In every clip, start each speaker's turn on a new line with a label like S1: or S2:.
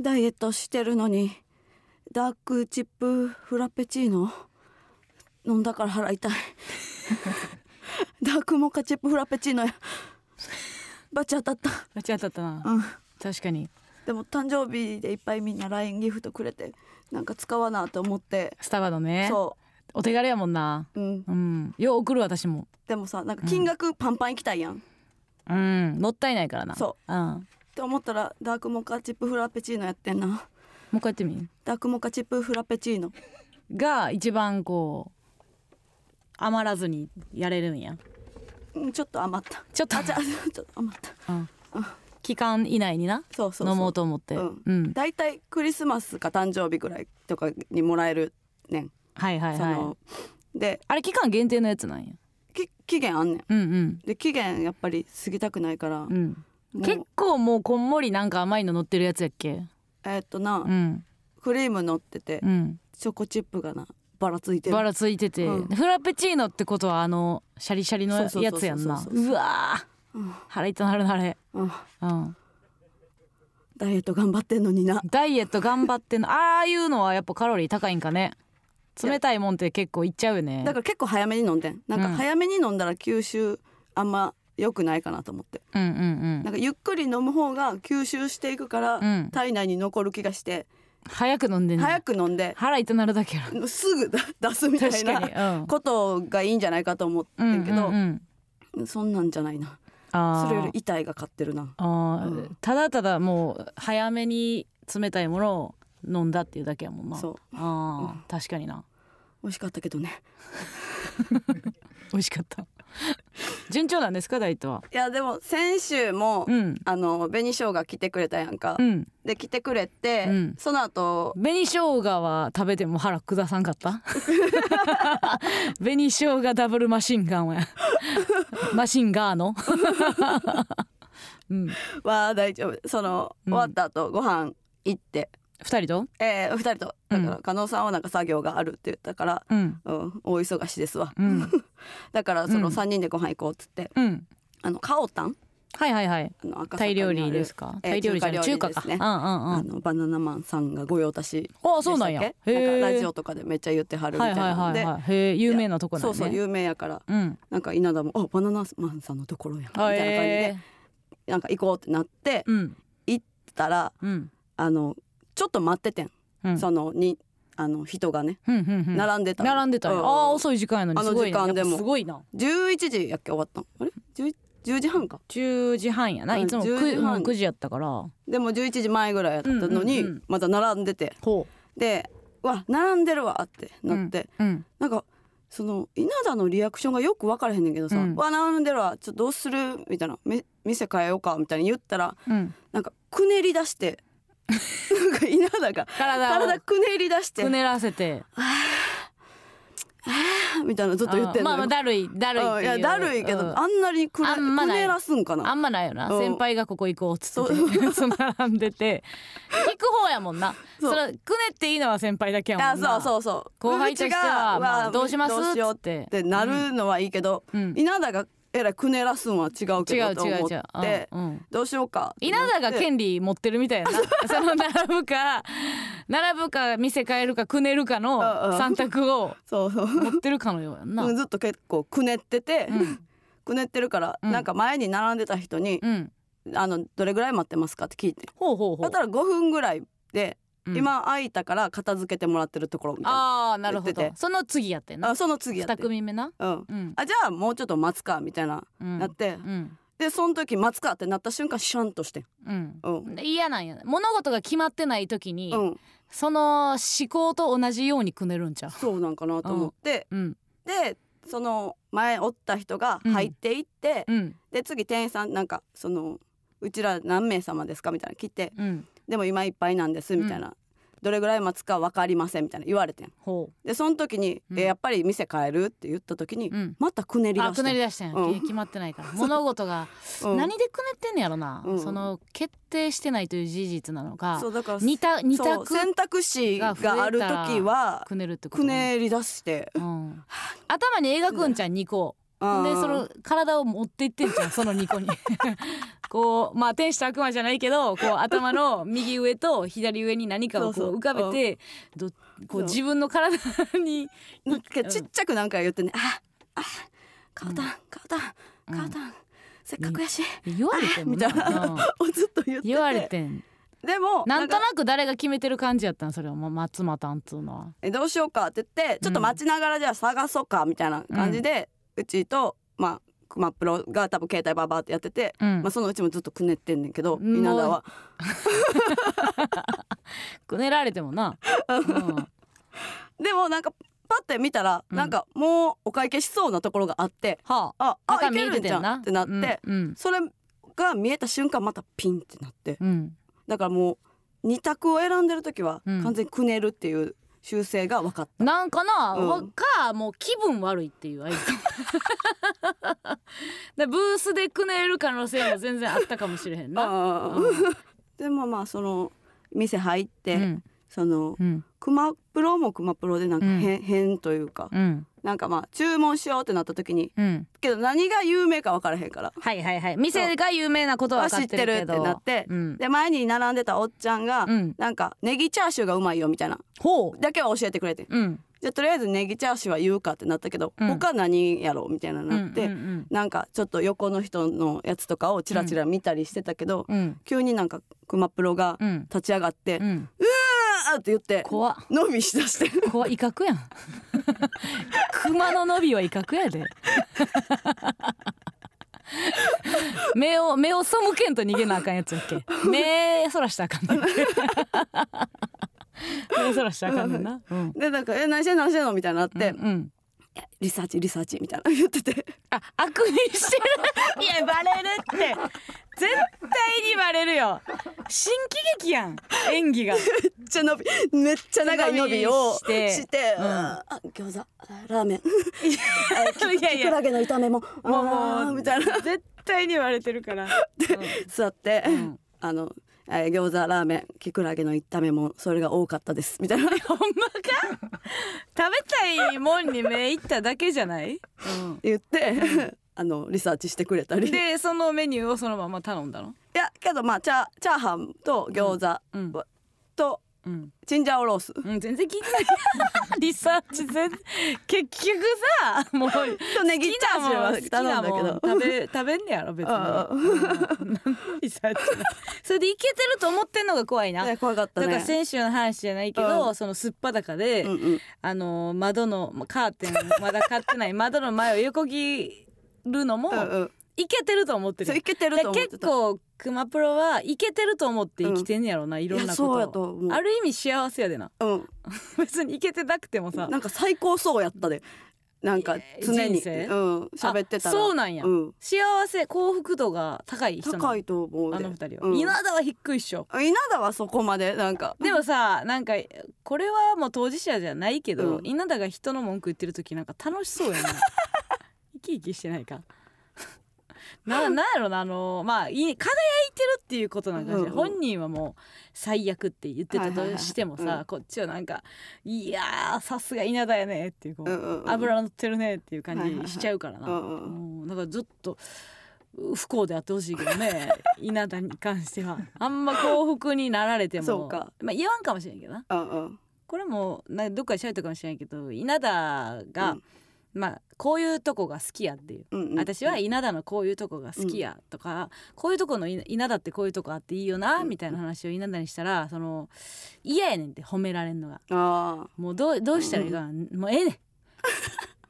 S1: ダイエットしてるのにダークチップフラペチーノ飲んだから腹痛いダークモカチップフラペチーノやバチ当たった
S2: 間違ったったな
S1: うん
S2: 確かに
S1: でも誕生日でいっぱいみんな LINE ギフトくれてなんか使わなと思って
S2: スタバのね
S1: そ
S2: お手軽やもんな
S1: ううん
S2: うんよう送る私も
S1: でもさなんか金額パンパンいきたいやん、っ
S2: うんもったいないからな、
S1: そう
S2: ん、も
S1: て思ったらダークモカチップフラペチーノやってんな
S2: う一回やってみ
S1: ダークモカチップフラペチーノ
S2: が一番こう余らずにやれるんや
S1: うんちょっと余った
S2: ちょっと
S1: あじゃあちょっと余った
S2: うん期間以内にな
S1: そうそうそう
S2: 飲もうと思って
S1: うん
S2: うん、
S1: 大体クリスマスか誕生日ぐらいとかにもらえるねん、
S2: はいはい
S1: そ
S2: はい
S1: ので
S2: あれ期間限定のやつなんや
S1: き期限あんねん
S2: うん
S1: で期限やっぱり過ぎたくないから、
S2: うんうん
S1: もう
S2: 結構もうこんもりなんか甘いの乗ってるやつやっけ
S1: えーっとな、
S2: うん
S1: クリーム乗ってて、
S2: うん
S1: チョコチップがなばらついてる
S2: バラついてて、
S1: うん
S2: フラペチーノってことはあのシャリシャリの
S1: そうそう
S2: や
S1: そうそう
S2: つやんな
S1: そうそう
S2: うわ
S1: う
S2: ー、
S1: ん
S2: 腹痛なるなあれ、
S1: うん
S2: うん、
S1: ダイエット頑張ってんのにな
S2: ダイエット頑張ってんの ああいうのはやっぱカロリー高いんかね冷たいもんって結構いっちゃうよね
S1: だから結構早めに飲んでんなんか
S2: うん
S1: 早めに飲んだら吸収あんま良くないかなと思って
S2: うんうん
S1: なんかゆっくり飲む方が吸収していくから、
S2: うんうん
S1: 体内に残る気がして、
S2: 早く飲んでんね
S1: 早
S2: ん
S1: く飲んで
S2: 腹痛なるだけやろ
S1: すぐだ出すみたい
S2: 確か
S1: な
S2: にうん
S1: ことがいいんじゃないかと思って
S2: うん
S1: んけど、
S2: うんうん、
S1: そんなんじゃないな
S2: あー
S1: それより痛いが勝ってるな
S2: あー
S1: うん
S2: ただただもう早めに冷たいものを飲んだっていうだけやもんな
S1: そう
S2: あー、確かにな
S1: 美味しかったけどね
S2: 美味しかった順調なんですかダイエットはい
S1: やでも先週も、
S2: うん
S1: あの紅生姜来てくれたやんか、
S2: うん
S1: で来てくれて、
S2: うん
S1: その後
S2: 紅生姜は食べても腹下さんかった 紅生姜ダブルマシンガンはマシンガーのうん
S1: は大丈夫その、
S2: うん
S1: 終わった後ご飯行って、
S2: 二人と
S1: えー、2人とだから
S2: う
S1: 加納さんはなんか作業があるって言ったから、
S2: うん
S1: うん、大忙しですわ
S2: うん
S1: だからその
S2: うん
S1: 3人でご飯行こうっつって、
S2: うん
S1: あのカオタン
S2: はいはいはい
S1: あの赤坂
S2: タイ
S1: にあ
S2: 料
S1: る
S2: 理ですか
S1: えー
S2: タイ料理じゃない中
S1: 中華
S2: 華
S1: 料理ですね
S2: かうんうんう
S1: あ
S2: ん
S1: のバナナマンさんが御用達
S2: あそうなんや
S1: でしたっけ
S2: へー
S1: なんかラジオとかでめっちゃ言ってはるみた
S2: はいいはい
S1: なの
S2: は
S1: で、
S2: いはいへえ有名なとこなん
S1: そう
S2: やね
S1: そう有名やから
S2: うん
S1: なんか稲田も「あバナナマンさんのところやん」み
S2: あ
S1: たいな感じで、
S2: え
S1: なんか行こうってなって
S2: ーうん
S1: たら
S2: うん
S1: あのちょっと待っててん、
S2: うん
S1: そのにあの人がね、
S2: うんうんうん
S1: 並んでたの
S2: 並んでた
S1: う
S2: よあー遅い時間やのに
S1: あの
S2: すごいね
S1: 時間でも
S2: やっぱすごいな
S1: 11時やっけ終わったのあれ 10, 10時半か
S2: 10時半やな
S1: うん
S2: いつも
S1: 10時半
S2: 9, 時やったから
S1: でも11時前ぐらいやったのに、
S2: うんうんうん
S1: また並んでて
S2: ほ
S1: で「うわ並んでるわ」ってなって、
S2: ううん
S1: なんかその稲田のリアクションがよく分からへんねんけどさ「
S2: うん
S1: わ並んでるわちょっとどうする?」みたいな「め店変えようか」みたいに言ったら
S2: うん
S1: なんかくねり出して なんか稲田が
S2: 体を
S1: 体くねり出して
S2: くねらせて
S1: みたいなのずっと言ってん
S2: あーま
S1: のよ
S2: あまあだるいだるい
S1: うん
S2: っ
S1: い
S2: て
S1: うやだるいけど、
S2: うん
S1: あんなにくね
S2: あんま
S1: く
S2: ない
S1: ねらすんかな
S2: あんまないよな
S1: うん
S2: 先輩がここ行こうっつってて そう並んでて聞く方やもんな
S1: そう
S2: それくねっていいのは先輩だけやもんな
S1: あそうそうそう
S2: 後輩としては、
S1: うわ
S2: まあ、どうします
S1: どうしよう
S2: っつって
S1: ってなるのはいいけど、
S2: うん
S1: 稲田がえらいくねらすんは違う
S2: 違
S1: けど
S2: う
S1: と
S2: 違
S1: 思
S2: う
S1: っ
S2: 違う、
S1: て
S2: うんうん
S1: どうしようかって
S2: 稲
S1: なって
S2: 田が権利持ってるみた いなその並ぶか並ぶか店変えるかくねるか
S1: うんうん
S2: の三択を
S1: そうそう
S2: 持ってるかのようやんな、
S1: う
S2: う
S1: ん
S2: ん
S1: ずっと結構くねってて、くねってるから、
S2: うん
S1: なんか前に並んでた人に
S2: うん、
S1: 「あのどれぐらい待ってますか?」って聞いて
S2: ほうほうほ
S1: だ
S2: う
S1: ったら5分ぐらいで、
S2: うん
S1: 今空いたから片付けてもらってるところみたいな
S2: ああなるほ
S1: 言って
S2: ど
S1: て
S2: その次やってん
S1: あ
S2: な
S1: その次やって
S2: 二組目な
S1: うん、
S2: うん
S1: あじゃあもうちょっと待つかみたいな、
S2: うん
S1: なって
S2: うん
S1: でその時待つかってなった瞬間シャンとしてん
S2: うん
S1: うん
S2: で嫌なんや物事が決まってない時に、
S1: うん
S2: その思考と同じようにくねるんちゃう
S1: そうなんかなと思って、
S2: うん
S1: でその前おった人が入っていって、
S2: うん
S1: で次店員さんなんかその「うちら何名様ですか?」みたいなの来て
S2: うん
S1: 「でも今いっぱいなんです」みたいな、どれぐらい待つか分かりません」みたいな言われてん
S2: ほ
S1: でその時に、
S2: うん
S1: えやっぱり店変える?」って言った時に、
S2: ううん
S1: またくねり出
S2: あ
S1: して
S2: くねり出したんや、
S1: うん
S2: いや決まってないから物事が
S1: うん
S2: 何でくねってんのやろな、
S1: うん
S2: その決定してないという事実なのか
S1: そうだから
S2: 二択二
S1: そう
S2: 択
S1: 選択肢がある時は
S2: くねるってこと
S1: くねり出して
S2: うん、頭に描くんちゃん2個
S1: あー
S2: でその体を持っていってんじ ゃんその2個に こうまあ天使と悪魔じゃないけどこう頭の右上と左上に何かをこ
S1: そうそう
S2: う浮かべてどこう
S1: そう
S2: 自分の体 に
S1: なんかちっちゃくなんか言ってね、ああ買うたん買うたん
S2: うん
S1: 買うたん、せっかくやし、
S2: 言われても
S1: みたいな
S2: な
S1: をずっと言ってて
S2: 言われ てん
S1: でも
S2: なんとなく誰が決めてる感じやったんそれはもう松又んつうのは
S1: えどうしようかって言ってちょっと待ちながらじゃあ探そうかみたいな感じで、うちとまあクマプロが多分携帯バーバーってやってて、
S2: うん
S1: まあ、そのうちもずっとくねってんねんけど
S2: うん
S1: 稲田は
S2: くねられてもな、うん
S1: でもなんかパッて見たら、
S2: うん
S1: なんかもうお会計しそうなところがあって
S2: はあ
S1: ああ
S2: 中
S1: いけ
S2: 見え
S1: る
S2: て
S1: んじ
S2: て
S1: ゃ
S2: んなん
S1: ってなって、
S2: うん
S1: それが見えた瞬間またピンってなって
S2: うん、うん
S1: だからもう二択を選んでる時は
S2: うん
S1: 完全にくねるっていう習性が分かっ
S2: なんかな、
S1: うん
S2: わかもう気分悪いっていう合図 でブースでくねる可能性も全然あったかもしれへ ん
S1: た、
S2: な。
S1: うんでもまあその店入って、
S2: うん
S1: その
S2: うん
S1: クマプロもクマプロでなんか
S2: うん
S1: 変,、変というか
S2: うん
S1: なんかまあ注文しようってなった時に
S2: うん、
S1: けど何が有名か分からへんから
S2: はいはいはい店が有名なことは分かってるけ
S1: 知ってる
S2: ど
S1: ってなって
S2: うん
S1: で前に並んでたおっちゃんが、
S2: うん、
S1: なんかネギチャーシューがうまいよみたいな
S2: ほう、
S1: だけは教えてくれて
S2: うん、
S1: じゃあとりあえずネギチャーシューは言うかってなったけど、
S2: うん
S1: 他何やろうみたいななって、
S2: うんうん
S1: なんかちょっと横の人のやつとかをチラチラ見たりしてたけど、
S2: うんうん
S1: 急になんかクマプロが
S2: うん
S1: 立ち上がって「う、
S2: うんん、
S1: あーって言って
S2: 怖っ
S1: 伸びしだして
S2: 怖い威嚇やん熊の伸びは威嚇やで目を目を背けんと逃げなあかんやつやっけ目そらしたらあかんねん目そらしたらあかんねんな、うん
S1: でなんか「え何してんの何してんの?」みたいになって、
S2: うんうん
S1: リサーチリサーチみたいな 言ってて
S2: あ悪にしてるいやバレるって絶対にバレるよ新喜劇やん演技が
S1: めっちゃ伸びめっちゃ長い伸びを
S2: 伸
S1: し
S2: び
S1: て
S2: してうん
S1: あ餃子あラーメンあ
S2: いやい
S1: きく
S2: や
S1: らげの炒めも
S2: もう
S1: あ
S2: も
S1: ー
S2: う
S1: みたいな
S2: 絶対に言われてるから、
S1: 座って、
S2: うんうん
S1: あの、えー餃子ラーメンきくらげの炒めもそれが多かったですみたい な
S2: ほんまか食べたいもんに目いっただけじゃない、
S1: 言って、あのリサーチしてくれたりい
S2: でそのメニューをそのまま頼んだの
S1: やけどまあチャーチャーハンと餃子
S2: うん
S1: と
S2: うん、
S1: チンジャオロース
S2: うん、全然聞いてない リサーチ全結局さもう好
S1: とネギチ
S2: き
S1: ャーシューは頼
S2: な
S1: んだ
S2: もん
S1: けど
S2: 好きなもん食べ食べんねやろ別に、
S1: ああ
S2: うんリサーチ それでいけてると思ってんのが怖いな、
S1: いや怖かった
S2: だ
S1: ね
S2: から先週の話じゃないけど、
S1: う
S2: そのすっぱだかで、
S1: うんうん
S2: あの窓のまカーテンまだ買ってない窓の前を横切るのも
S1: うんうん
S2: いけてると思ってる
S1: そ
S2: や
S1: うんいけてると思
S2: で
S1: ってた
S2: 結構クマプロはいけてると思って生きてんやろうな、いろん
S1: い
S2: な
S1: や
S2: こと
S1: そうや
S2: を
S1: と思う
S2: ある意味幸せやでな
S1: うん
S2: 別にいけてなくてもさ
S1: なんか最高そうやったでなんか常に
S2: 人生
S1: うん喋ってた
S2: あ
S1: ら
S2: そうなんや、
S1: うん
S2: 幸せ幸福度が高い人なの
S1: 高いと思うで
S2: あの二人は、
S1: うん
S2: 稲田は低いっしょ
S1: 稲田はそこまでなんか
S2: でもさなんかこれはもう当事者じゃないけど、
S1: うん
S2: 稲田が人の文句言ってる時なんか楽し そうやな生き生きしてないか ななんやろなあのまあい輝いてるっていうことなんかじゃん、
S1: うんうん
S2: 本人はもう最悪って言ってたとしてもさ、
S1: はいはいはいうん
S2: こっちはなんかいやーさすが稲田やねっていうこう、
S1: うんうんうん
S2: 油乗ってるねっていう感じしちゃうからな、
S1: はいはいはいうんう
S2: うんだからちょっと不幸であってほしいけ どね稲田に関してはあんま幸福になられても
S1: そうか
S2: まあ、言わんかもしれんけどな
S1: うんうん
S2: これもなどっかで喋ったかもしれんけど稲田が、
S1: うん
S2: まあこういうとこが好きやっていう。
S1: うんうん
S2: 私は稲田のこういうとこが好きやとか、こういうとこのい稲田ってこういうとこあっていいよなみたいな話を稲田にしたらその嫌やねんって褒められんのが
S1: あ
S2: もうどうどうしたらいいかな、もうええね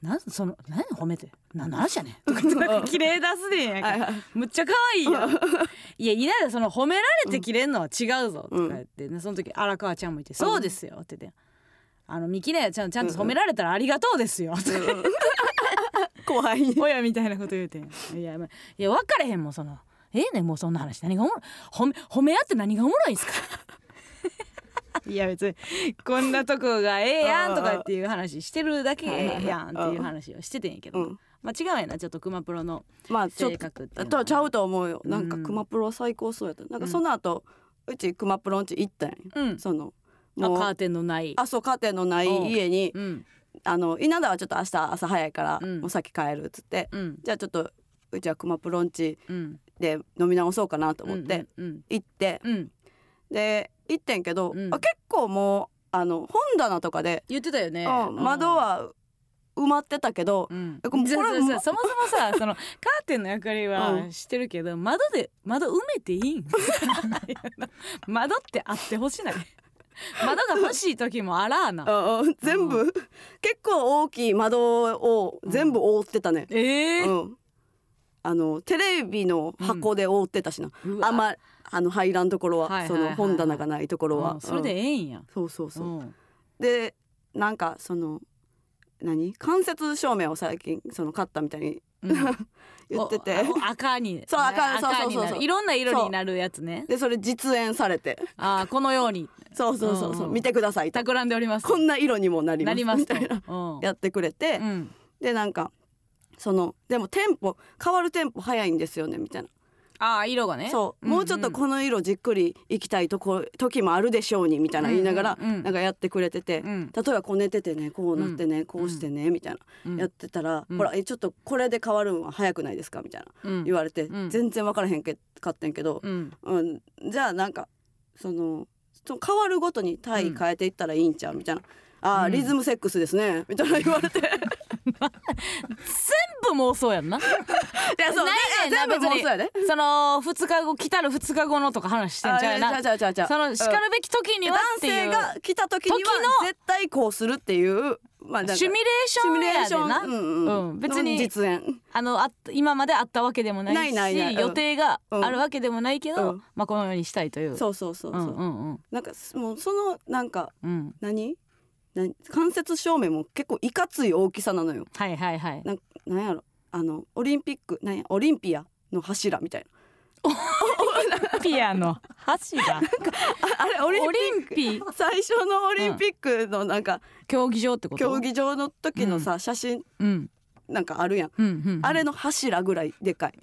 S2: ん なんその何褒めて何の話やねん とか言ってなんか綺麗出すねんやん
S1: あ
S2: か
S1: はいはい
S2: むっちゃ可愛いやんいやいないでその褒められてきれんのは違うぞとか言って、ね、その時荒川ちゃんもいて「そうですよ」って言って「あのミキねちゃんちゃんと褒められたらありがとうですよ」って
S1: うんうん怖い
S2: 親みたいなこと言うてんいや,、まあ、いや分かれへんもんそのええねんもうそんな話何がおもろい褒め褒め合って何がおもろいんすか いや別にこんなとこがええやんとかっていう話してるだけやんっていう話をしててんやけど、
S1: うん
S2: まあ違うやなちょっと熊プロの
S1: まあちょっ
S2: 性格っていうの
S1: と
S2: は
S1: とちゃうと思うよなんか
S2: うん
S1: クマプロ最高そうやったなんかその後うちクマプロんち行ったんや
S2: うん
S1: その
S2: あカ
S1: も
S2: ー
S1: う
S2: テンのない
S1: あそうカーテンのない
S2: うん
S1: 家に
S2: うん
S1: あの稲田はちょっと明日朝早いから、
S2: うん
S1: もう先帰るっつって
S2: うん
S1: じゃあちょっとうちは熊プロンチ
S2: うん
S1: で飲み直そうかなと思って、
S2: うん
S1: 行って
S2: うん、うん、
S1: で行ってんけど、
S2: うん
S1: あ結構もうあの本棚とかで、
S2: 言ってたよね
S1: うん窓は埋まってたけど、
S2: うん
S1: えこれ
S2: じゃあ
S1: これ
S2: じゃあじゃあそもそも さそのカーテンの役割
S1: う
S2: は
S1: ん
S2: してるけど、窓で窓埋めていいん 窓ってあってほしない窓が欲しい時もあらあな
S1: ああ全部、結構大きい窓を全部覆ってたね、
S2: ええ
S1: うんあのテレビの箱で覆ってたしな、
S2: うわ
S1: あんまあの入らんところは,、
S2: はいはいはい
S1: その本棚がないところは、
S2: うんそれで
S1: うん
S2: ええんや、
S1: そうそうそう、
S2: うん
S1: でなんかその何間接照明を最近その買ったみたいに
S2: うん
S1: 言ってて
S2: おあ赤に
S1: そう赤そう
S2: 赤に
S1: そう
S2: な
S1: そう
S2: るいろんな色になるやつね
S1: でそれ実演されて
S2: あーこのように
S1: そうそうそうそう、
S2: うん
S1: 見てくださいと
S2: 企んでおります
S1: こんな色にもなります
S2: なります
S1: み
S2: と
S1: たいな
S2: うん
S1: やってくれて、
S2: うん
S1: でなんかそのでもテンポ変わるテンポ早いんですよねみたいな
S2: あー色がね
S1: そう、
S2: ん
S1: もうちょっとこの色じっくりいきたいとこ時もあるでしょうにみたいな言いながら、
S2: うんうんうん
S1: なんかやってくれてて、
S2: うん
S1: 例えばこう寝ててねこうなってね、こうしてねみたいな、
S2: うん
S1: やってたら、
S2: うん
S1: ほらえちょっとこれで変わるんは早くないですかみたいな
S2: うん
S1: 言われて、
S2: うん
S1: 全然分からへんけかってんけど、
S2: うん
S1: うん、じゃあなんかそのその変わるごとに体位変えていったらいいんちゃうみたいな。あー
S2: うん
S1: リズムセックスですねみたいな 言われてい
S2: 全部妄想や んな
S1: やそうね
S2: ないねんな
S1: 全部
S2: 別に
S1: 妄想やで
S2: その2日後来たる2日後のとか話してんちゃうよ
S1: あ
S2: な
S1: ちゃうちゃうちゃうちゃう
S2: そのしかるべき時には
S1: 男
S2: ってい
S1: 性
S2: う
S1: が来た時には
S2: 時の
S1: 絶対こうするっていう、まあなんか、
S2: シミュレーションやでな、
S1: シミュレーションうんうん
S2: うん別に
S1: 実演
S2: あのあ今まであったわけでもないし
S1: ないないないうん
S2: 予定があるわけでもないけど、
S1: うん
S2: まあ、このようにしたいという
S1: そうそうそうそう、
S2: うんうんうん
S1: なんかもうそのなんか
S2: うん
S1: 何何関節照明も結構いかつい大きさなのよ
S2: はいはいはい
S1: なんなんやろあのオリンピックなんやオリンピアの柱みたいな
S2: ピアノ 柱
S1: ああれオリン
S2: オリ
S1: ピ
S2: ンピ
S1: ック最初のオリンピックのなんか
S2: 競技場ってこと
S1: 競技場の時のさ、写真
S2: うん
S1: なんかあるやん、
S2: うんうんうん
S1: あれの柱ぐらいで かい、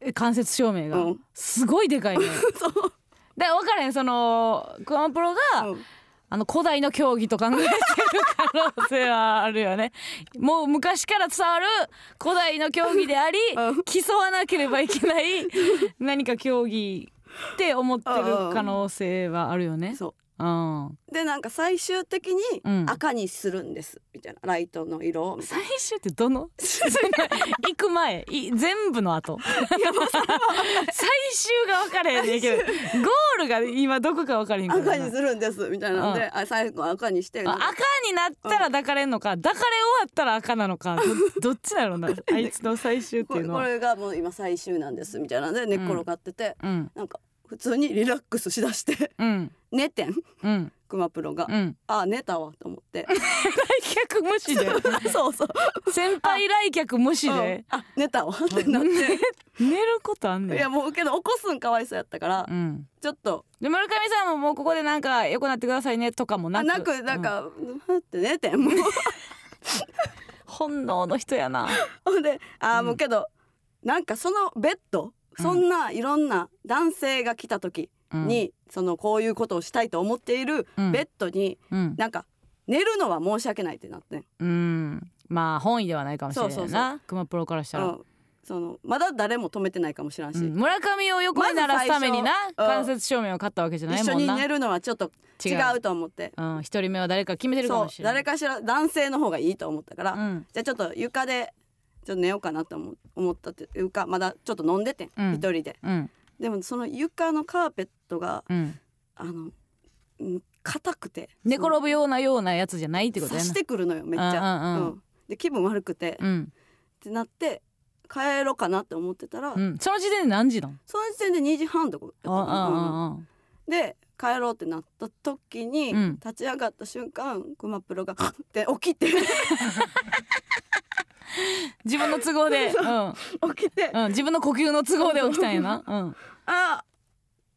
S2: え間接照明が、
S1: うん
S2: すごいでかいね
S1: そう、
S2: で分からへんそのクワンプロが、
S1: うん
S2: あの古代の競技と考えてる可能性はあるよねもう昔から伝わる古代の競技であり、
S1: うん
S2: 競わなければいけない何か競技って思ってる可能性はあるよね
S1: そう
S2: うん、
S1: でなんか最終的に
S2: うん
S1: 赤にするんですみたいなライトの色をみたい
S2: 最終ってど の行く前い全部の後 最終が分からへんねんけどゴールが今どこか分からへん
S1: な
S2: からな
S1: 赤にするんですみたいなので、あ最後赤にして
S2: あ
S1: なんか
S2: 赤になったら抱かれんのか、抱かれ終わったら赤なのか どどっちだろうなあいつの最終って
S1: こ
S2: い
S1: れ
S2: うの
S1: こ
S2: は。
S1: れがもう今最終なんですみたいなので寝っ転がってて、
S2: うん
S1: なんか普通にリラックスしだして
S2: うん
S1: 寝てん
S2: うん
S1: クマプロが、
S2: うん
S1: あ寝たわと思って
S2: 来客無視で
S1: そうそう
S2: 先輩来客無視
S1: うん
S2: で
S1: あ寝たわってなっ
S2: 寝ることあん
S1: てい
S2: ね
S1: や
S2: ん。
S1: もうけど起こすんかわいそうやったから、
S2: うん
S1: ちょっと
S2: で村上さんももうここでなんか良くなってくださいねとかもな
S1: あ
S2: く
S1: なくなん
S2: うん
S1: か、ふって寝て んもう
S2: 本能の人 やな
S1: ほんであーもうけど、なんかそのベッドそんないろんな男性が来た時、に、そのこういうことをしたいと思っている
S2: うん
S1: ベッドに、
S2: うん、
S1: なんか寝るのは申し訳ないってなってん、
S2: うん、まあ本意ではないかもしれないな
S1: そうそうそ
S2: 熊プロからした
S1: う
S2: ら、
S1: んそのまだ誰も止めてないかもしれんし、
S2: うん村上を横に鳴らすためにな
S1: まず最初う
S2: 間
S1: ん
S2: 接照明を買ったわけじゃない
S1: 一緒
S2: もん
S1: に
S2: な
S1: 寝るのはちょっと違
S2: 違
S1: うと思って
S2: うん、一人目は誰か決めてるか
S1: そう
S2: もしれない。
S1: 誰かしら男性の方がいいと思ったから、
S2: うん
S1: じゃあちょっと床でちょっと寝ようかなと思思ったっていうかまだちょっと飲んでてん、
S2: うん
S1: 一人で
S2: うん、
S1: でもその床のカーペットが
S2: うん、
S1: あのうん硬くて
S2: 寝転ぶようなようなやつじゃないってこと
S1: 刺
S2: や
S1: し
S2: な。
S1: てくるのよめっちゃ、
S2: うんうんうん
S1: うんで気分悪くて、
S2: うん、
S1: ってなって帰ろうかなって思ってたら、
S2: うん、その時点で何時なん。
S1: その時点で2時半とかだった
S2: あ
S1: の
S2: あ、あ
S1: うんで帰ろうってなった時に、
S2: うん
S1: 立ち上がった瞬間クマプロが って起き て
S2: あ、自分の都 合で、う ん、
S1: 起きて
S2: うん、自分の呼吸の都合で起きたんやな。うん、
S1: 「あ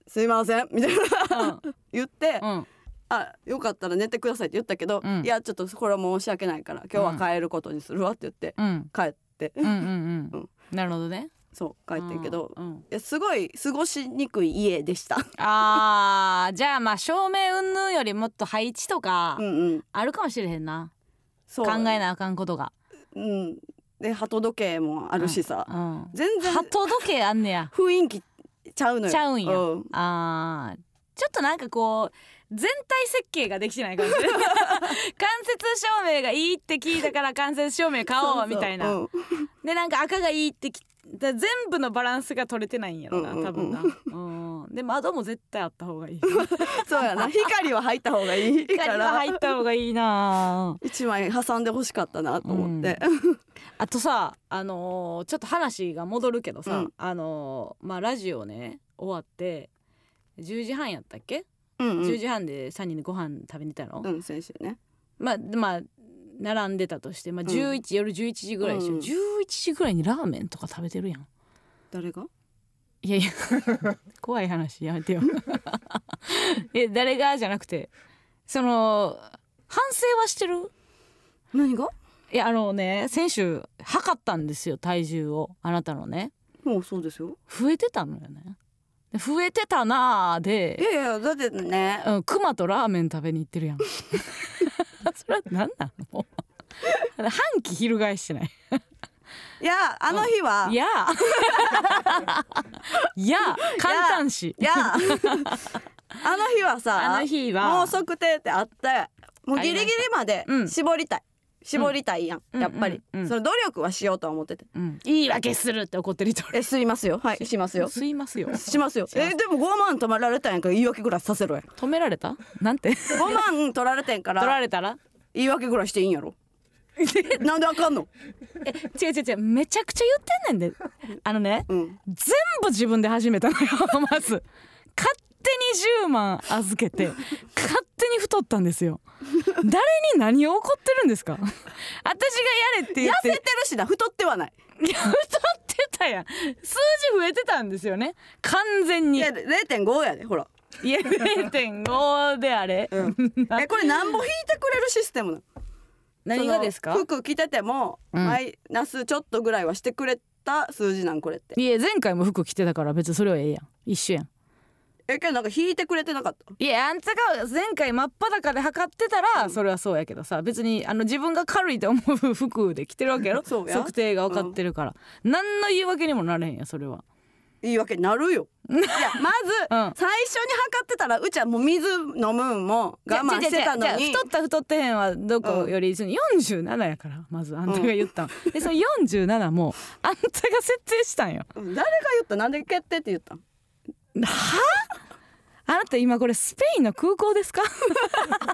S1: すいません」みたいな
S2: う
S1: 言って「
S2: ん、うん、
S1: あよかったら寝てください」って言ったけど「
S2: うん
S1: いやちょっとこれは申し訳ないから今日は帰ることにするわ」って言って
S2: うん、
S1: 帰って、
S2: うん、うん、うん、なるほどね。
S1: そう帰ってんけど、
S2: うんうん
S1: いやすごい過ごしにくい家でした。
S2: ああ、じゃあ、まあ、照明云々よりもっと配置とか
S1: うんうん
S2: あるかもしれへんな。
S1: そう
S2: 考えなあかんことが、
S1: うん、で鳩時計もあるしさ、
S2: うん、
S1: 全然
S2: 鳩時計あんねや
S1: 雰囲気ちゃうのよ
S2: ちゃうんや
S1: うん
S2: あーちょっとなんかこう全体設計ができてない感 じ間接照明がいいって聞いたから間接照明買
S1: そう
S2: お
S1: そう
S2: うみたいな
S1: うん
S2: でなんか赤がいいってきだ全部のバランスが取れてないんやろな
S1: うんうんうん
S2: 多分な、うん、で窓も絶対あった方 がいい
S1: そうやな光は入った方がいいか
S2: 光が
S1: ら
S2: 入った方がいいな
S1: 一枚挟んでほしかったなと思って、
S2: あとさあのーちょっと話が戻るけどさ、
S1: うん
S2: あのーまあラジオね終わって10時半やったっけ、
S1: うん、うん
S2: 10時半で3人でご飯食べに行ったの、
S1: うん先週ね
S2: まあでまあ並んでたとして、まあ、
S1: ん
S2: 11、夜11時ぐらいでしょ、
S1: うん
S2: 11時ぐらいにラーメンとか食べてるやん
S1: 誰が
S2: いやいや 怖い話やめてよ え誰がじゃなくてその反省はしてる
S1: 何が
S2: いやあのね先週測ったんですよ体重をあなたのね
S1: もうそうですよ
S2: 増えてたのよねで増えてたなあで
S1: いやいやだってね
S2: うん、クマとラーメン食べに行ってるやん それは何なの 半期翻してない
S1: いやあの日はい
S2: やあいやあ簡単し
S1: いや あの日はさ
S2: あの日は
S1: もう測定ってあってもうギリギリまで
S2: うん
S1: 絞りたい、絞りたいやん、
S2: うん
S1: やっぱり、
S2: うんうん
S1: その努力はしようとは思ってて
S2: うん、言い訳するって怒ってる人おる
S1: えすいますよはいしますよ
S2: すいますよ
S1: しますよ
S2: しま
S1: え
S2: す
S1: でも5万止まられたんやから言い訳ぐらいさせろや
S2: 止められたなんて
S1: 5万取られてんか
S2: 取ら
S1: ら
S2: れたら
S1: 言い訳ぐらいしていいんや ろなんであかんの
S2: え違う違う違うめちゃくちゃ言ってんねんであのね
S1: うん
S2: 全部自分で始めたのよ まず勝手に10万預けて勝手に太ったんですよ誰に何を怒ってるんですか 私がやれって言
S1: 痩
S2: っ
S1: せて
S2: て
S1: るしな太ってはない
S2: いや太ってたやん数字増えてたんですよね完全
S1: い
S2: にい
S1: や
S2: や
S1: 0.5やでほら
S2: 0.5であれ、
S1: えこれなんぼ引いてくれるシステムなの
S2: 何がですか
S1: その服着てても
S2: うん
S1: マイナスちょっとぐらいはしてくれた数字なんこれって
S2: いや前回も服着てたから別にそれはええやん一緒やん
S1: えけどなんか引いてくれてなかった
S2: いやあんたが前回真っ裸で測ってたらそれはそうやけどさ別にあの自分が軽いと思う服で着てるわけやろ
S1: そうや
S2: 測定が分かってるから、何の言い訳にもなれへんやそれは
S1: 言い訳になるよいやまず、
S2: うん
S1: 最初に測ってたらうちはもう水飲むんも我慢してた
S2: じ
S1: の
S2: ゃあじゃあじゃあ
S1: に
S2: 太った太ってへんはどこより、その47やからまずあんたが言ったん、でその47もあんたが設定したんよ
S1: うん誰が言ったなんで決定って言ったん
S2: はああなた今これスペインの空港ですか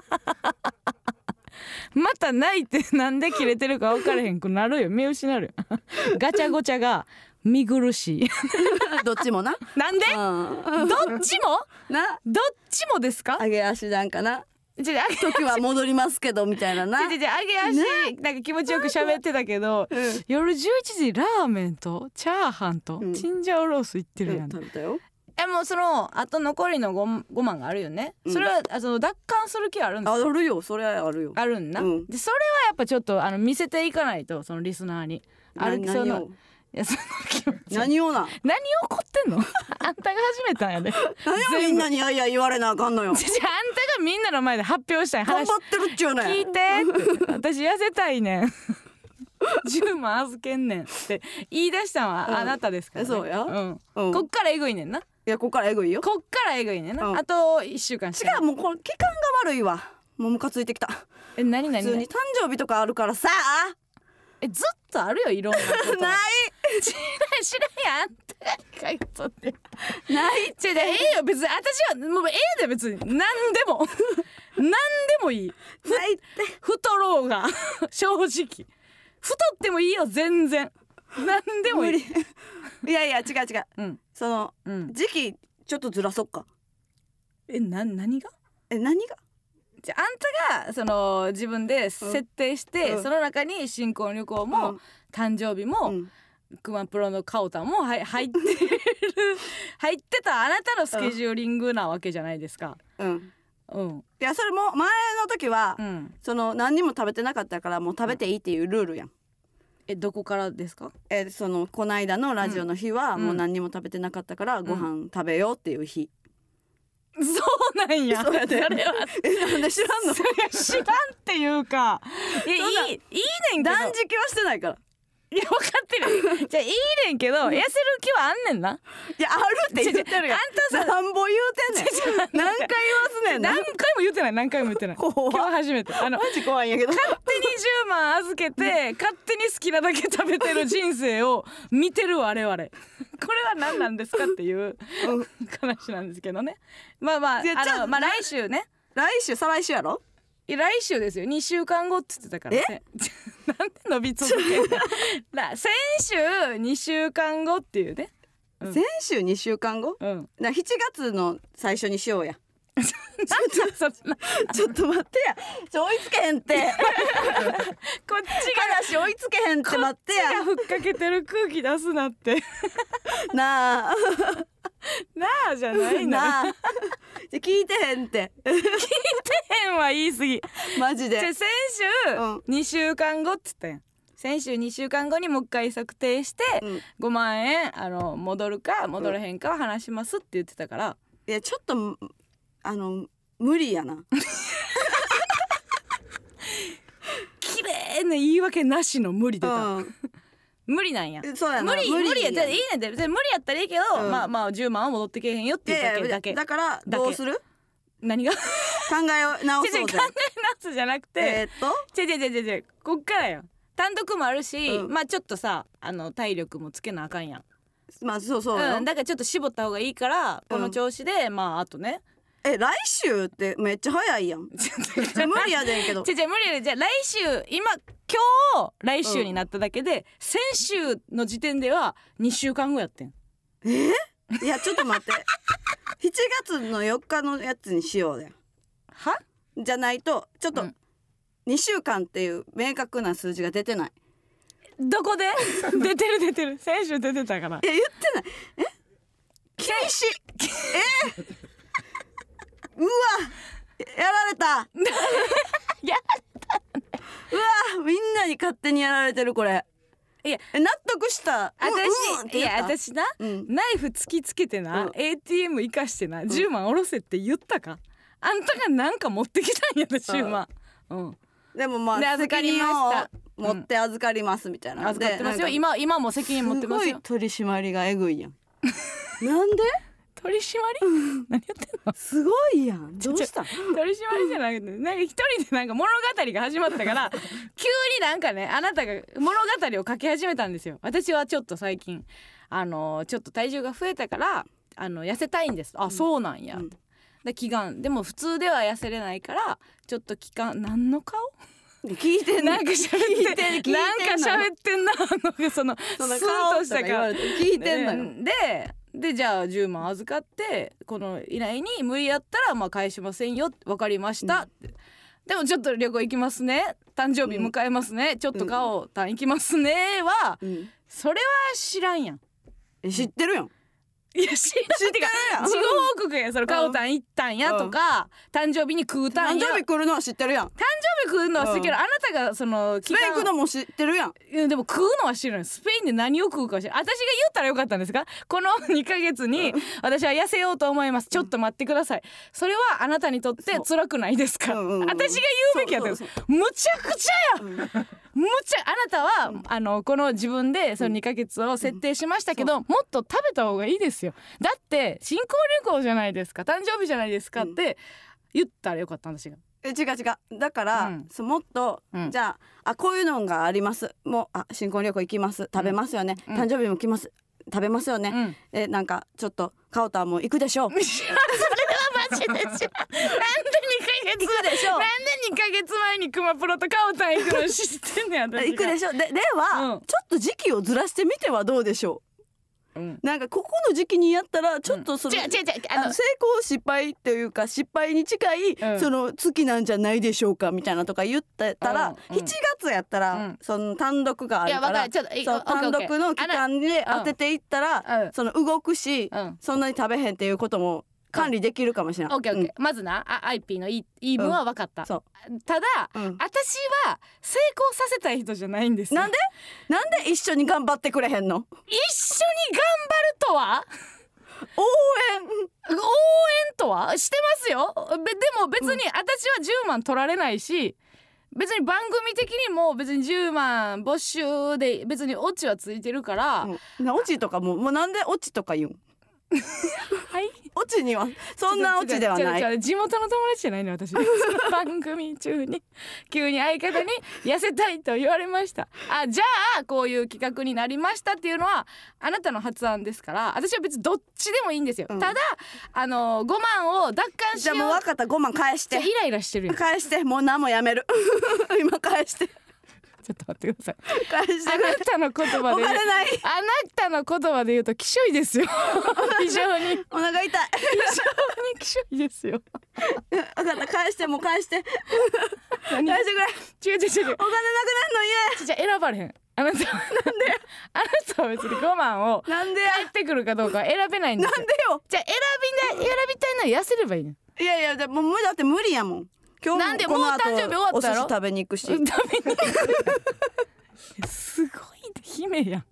S2: また泣いてなんで切れてるか分からへんくなるよ見失るよ ガチャゴチャが見苦しい
S1: どっちもな、
S2: なんで
S1: う
S2: ど
S1: ん、
S2: っちも
S1: な
S2: どっちもですか
S1: 上げ足なんかな
S2: じゃあ
S1: 時は戻りますけどみたいなな
S2: じゃあ揚げ足なんか気持ちよく喋ってたけど
S1: うん
S2: 夜11時ラーメンとチャーハンと
S1: うん
S2: チンジャオロース行ってるやん、
S1: 食べたよ
S2: えもうそのあと残りの 5, 5万があるよね、
S1: うん
S2: それはあその奪還する気はあるんです
S1: あ
S2: か
S1: るよそれはあるよ
S2: あるんな、
S1: うん
S2: でそれはやっぱちょっとあの見せていかないとそのリスナーにある
S1: な
S2: そ
S1: 何
S2: の
S1: を
S2: いやその気持ち
S1: 何をな
S2: 何を怒っ てんのあんたが始めたんやで、ね、
S1: 何をみんなにいやいや言われなあかんのよ
S2: じゃああんたがみんなの前で発表したい
S1: 頑
S2: 話
S1: 張ってるっちゅうねん
S2: 聞いてって私痩せたいねん 10万預けんねんって言い出したの
S1: うん
S2: はあなたですから、ね
S1: そうや
S2: ん
S1: うん
S2: こっからえぐいねんない
S1: やここからえぐいよ
S2: こっからえぐいねんな、
S1: うん
S2: あと1週間しか
S1: 違うもうこの期間が悪いわもうムカついてきた
S2: え何
S1: 普
S2: 何
S1: 通に
S2: 何
S1: 誕生日とかあるからさ
S2: えずっとあるよいろんなこと が
S1: な
S2: 知らん 知らんやんあんたが書いとって
S1: いない
S2: 違う違うええよ別に私はもうええで別に何でも何でもいい
S1: ないって
S2: 太ろうが 正直太ってもいいよ全然何でもいい
S1: いやいや違う違う
S2: うん
S1: その
S2: うん
S1: 時期ちょっとずらそっか
S2: えな何が
S1: え何が
S2: じゃああんたがその自分で設定して、
S1: うん
S2: その中に新婚旅行も、
S1: うん
S2: 誕生日
S1: う
S2: も、
S1: ん
S2: クマプロのカオタンもはい入ってる入ってたあなたのスケジューリングなわけじゃないですか。
S1: うん
S2: うん、
S1: いやそれも前の時は
S2: うん、
S1: その何にも食べてなかったからもう食べていいっていうルールやん
S2: えどこからですか
S1: えそのこないだのラジオの日は
S2: うん
S1: もう何にも食べてなかったからご飯食べようっていう日、
S2: そうなんや
S1: そうやで
S2: それは
S1: えなんで知らんの
S2: それは知らんっていうかいや
S1: そんない
S2: いいいねんけど
S1: 断食はしてないから
S2: いや分かってるじゃあいいねんけど痩せる気はあんねんない
S1: やあるって言ってるやん
S2: ちょちょあんた
S1: なんぼ言うてんねん
S2: ちょちょ
S1: 何回言わすねんな
S2: 何回も言ってない何回も言ってない
S1: 怖っ
S2: 今日初めてあの
S1: マジ怖いんやけど
S2: 勝手に10万預けて勝手に好きなだけ食べてる人生を見てる我々これは何なんですかっていう
S1: うん
S2: 話なんですけどねまあまあ
S1: いやちょ
S2: あのまあ来週ね
S1: 来週再来週やろ
S2: いや来週ですよ2週間後っつってたからねなんで伸び続けんのら先週2週間後っていうねうん
S1: 先週2週間後
S2: うん
S1: な7月の最初にしようや
S2: なんだそんな
S1: ちょっと待ってやちょ追いつけへんって
S2: こっちが
S1: 話追いつけへんって待って
S2: 手が
S1: や
S2: ふっかけてる空気出すなって
S1: なあ
S2: なあじゃないんだよ
S1: なあじゃ聞いてへんって
S2: 変は言い過ぎ
S1: マジで
S2: じゃあ先
S1: うん
S2: 週2週間後っつったやん先週2週間後にもう一回策定して
S1: うん
S2: 5万円あの戻るか戻らへんかは話しますって言ってたから
S1: いやちょっとあの無理やな
S2: 綺麗な言い訳なしの無理出た
S1: うん
S2: 無理なんや
S1: そうやな
S2: 無理無理やじゃあいい
S1: い
S2: ねんで別に無理やったらいいけど
S1: うん
S2: まあまあ10万は戻ってけえへんよっていうだ
S1: やい
S2: け
S1: や
S2: だけ
S1: だから
S2: だけ
S1: どうする
S2: 何が
S1: 考えを直
S2: 違う違
S1: そうう
S2: 考
S1: ぜ
S2: え直すじゃなくて
S1: えーっと
S2: 違う違う違う違うこっからよ単独もあるし、
S1: うん
S2: まあちょっとさあの体力もつけなあかんやん
S1: まあそうそううよ、
S2: ん、だからちょっと絞った方がいいからこの調子で、まああとね
S1: え来週ってめっちゃ早いやん
S2: ちょ
S1: 無理やでんけど
S2: 違う違う無理や でじゃあ来週今今日来週になっただけで、先週の時点では2週間後やってん
S1: えいやちょっと待って7月の4日のやつにしようぜ
S2: は
S1: じゃないとちょっと
S2: うん
S1: 2週間っていう明確な数字が出てない
S2: どこで 出てる出てる先週出てたから
S1: いや言ってないえ禁止えうわやられ た
S2: や
S1: うわみんなに勝手にやられてるこれ
S2: いや
S1: え納得したうんうんっ
S2: 私、
S1: て
S2: い
S1: 言った
S2: や私な
S1: うん
S2: ナイフ突きつけてな、
S1: うん
S2: ATM 生かしてな10万下ろせって言ったか、あんたがなんか持ってきたんやで10万、うん、
S1: でもま
S2: で
S1: あ
S2: 預か
S1: 責
S2: り
S1: 任
S2: ました
S1: を持って預かりますみたいな
S2: 預かってますよ
S1: で
S2: 今今も責任持ってます
S1: すご
S2: よ
S1: い取り締まりがえぐ いやんなんで
S2: 取り締まり何言ってんの
S1: すごいやんどうしたん
S2: 取り締まりじゃなくてなんか一人でなんか物語が始まったから 急になんかねあなたが物語を書き始めたんですよ私はちょっと最近あのちょっと体重が増えたからあの痩せたいんですあ、そうなんや、
S1: うん
S2: で祈願でも普通では痩せれないからちょっと期間何 の顔
S1: 聞いてんの
S2: なんか喋
S1: 聞い
S2: って
S1: る聞いてん
S2: て
S1: の
S2: なんか喋ってんなあのその
S1: その
S2: スン
S1: 顔
S2: と
S1: と
S2: し
S1: か
S2: た
S1: 言わ
S2: 顔
S1: れて聞いてんのよ
S2: ででじゃあ10万預かってこの依頼に無理やったらまあ返しませんよ分かりました、でもちょっと旅行行きますね誕生日迎えますね、ちょっと顔たん行きますねは、
S1: うん
S2: それは知らんやん
S1: え知ってる やん
S2: いや知らん
S1: 知っ てるやん
S2: 事後報告やその顔たん行ったんやとか、誕生日に食うたん
S1: 誕
S2: や誕
S1: 生
S2: 生
S1: 日来るのは知ってるやん
S2: 日食うのは好きけど、あなたがその
S1: ス
S2: 期
S1: ペイン
S2: 間
S1: 行くのも知ってるやん
S2: いやでも食うのは知るのよスペインで何を食うかは知る私が言ったらよかったんですかこの 2ヶ月に私は痩せようと思いますちょっと待ってくださいそれはあなたにとって辛くないですか、
S1: そううんうんうん
S2: 私が言うべきやったんです
S1: そう
S2: むちゃくちゃや、むちゃあなたは、あのこの自分でその2ヶ月を設定しましたけど、もっと食べた方がいいですよだって新婚旅行じゃないですか誕生日じゃないですかって言ったらよかった私が
S1: え違う違うだから、
S2: うん
S1: そうもっと、
S2: うん
S1: じゃああこういうのがありますもうあ新婚旅行行きます食べますよね、
S2: うん
S1: 誕生日も来ます食べますよね、
S2: うん
S1: えなんかちょっとカオタンも行くでしょう
S2: それはマジで知らんなんで2ヶ
S1: 行
S2: 月
S1: くでしょ
S2: なんで2ヶ月前にクマプロとカオタン行くの知ってんねん私が
S1: 行くでしょうででは、
S2: うん
S1: ちょっと時期をずらしてみてはどうでしょ
S2: うん
S1: うなんかここの時期にやったらちょっとその、
S2: 違う違う違うあ
S1: あ
S2: の
S1: の成功失敗というか失敗に近い、
S2: うん
S1: その月なんじゃないでしょうかみたいなとか言ってたら、
S2: うんうん
S1: 7月やったら、
S2: うん
S1: その単独がある
S2: いや
S1: か
S2: わからるちょっとい
S1: そう
S2: オッケー
S1: 単
S2: オッケー
S1: 独の期間で
S2: あの
S1: 当てていったら、
S2: うん
S1: その動くし、
S2: うん
S1: そんなに食べへんっていうことも管理できるかもしれない。
S2: オッケーオッケー、まずなあ IP の言い言い分は分かった、
S1: そ
S2: ただ、
S1: うんうん
S2: 私は成功させたい人じゃないんですよ
S1: なんでなんで一緒に頑張ってくれへんの
S2: 一緒に頑張るとは
S1: 応援
S2: 応援とはしてますよべでも別に私は10万取られないし、別に番組的にも別に10万没収で別にオチはついてるから、
S1: うんなオチとかももうなんでオチとか言うん
S2: はい
S1: オチにはそんなオチではな
S2: 違う
S1: い
S2: 違う違う地元の友達じゃない ね私その番組中に急に相方に痩せたいと言われましたあじゃあこういう企画になりましたっていうのはあなたの発案ですから私は別にどっちでもいいんですよ、
S1: うん
S2: ただあの5万を奪還し
S1: じゃあ
S2: よう
S1: もう分かった5万返し
S2: じ
S1: て
S2: ゃあイライラしてるやんちょ
S1: 返してもう何もやめる 今返して
S2: っと待って ください
S1: 返して
S2: あ
S1: く
S2: な
S1: れ
S2: たの言葉
S1: お
S2: で、
S1: 金ない
S2: あなたの言葉で言うときしょいで すよ非常に非常に
S1: お腹痛い
S2: きしょいですよ
S1: 分かった返してもう返して返
S2: 何
S1: してくれ
S2: 違う違う違う違う
S1: お金な
S2: じゃ選ばれへんあ なたはなんであなたは別に5万を
S1: くなんの嫌なんでや
S2: 返ってくるかどうかは選べないんで
S1: なん
S2: すよ
S1: でよ
S2: じゃあ選びな選びたいのは痩せればい いねん
S1: いやいやだもう無理だって無理やもん今
S2: なん
S1: 日
S2: で
S1: もこの
S2: もう
S1: 後
S2: 誕生日終わ
S1: お
S2: っ
S1: 寿
S2: たやろ
S1: 司食べに行くし
S2: ダメにすごい姫やん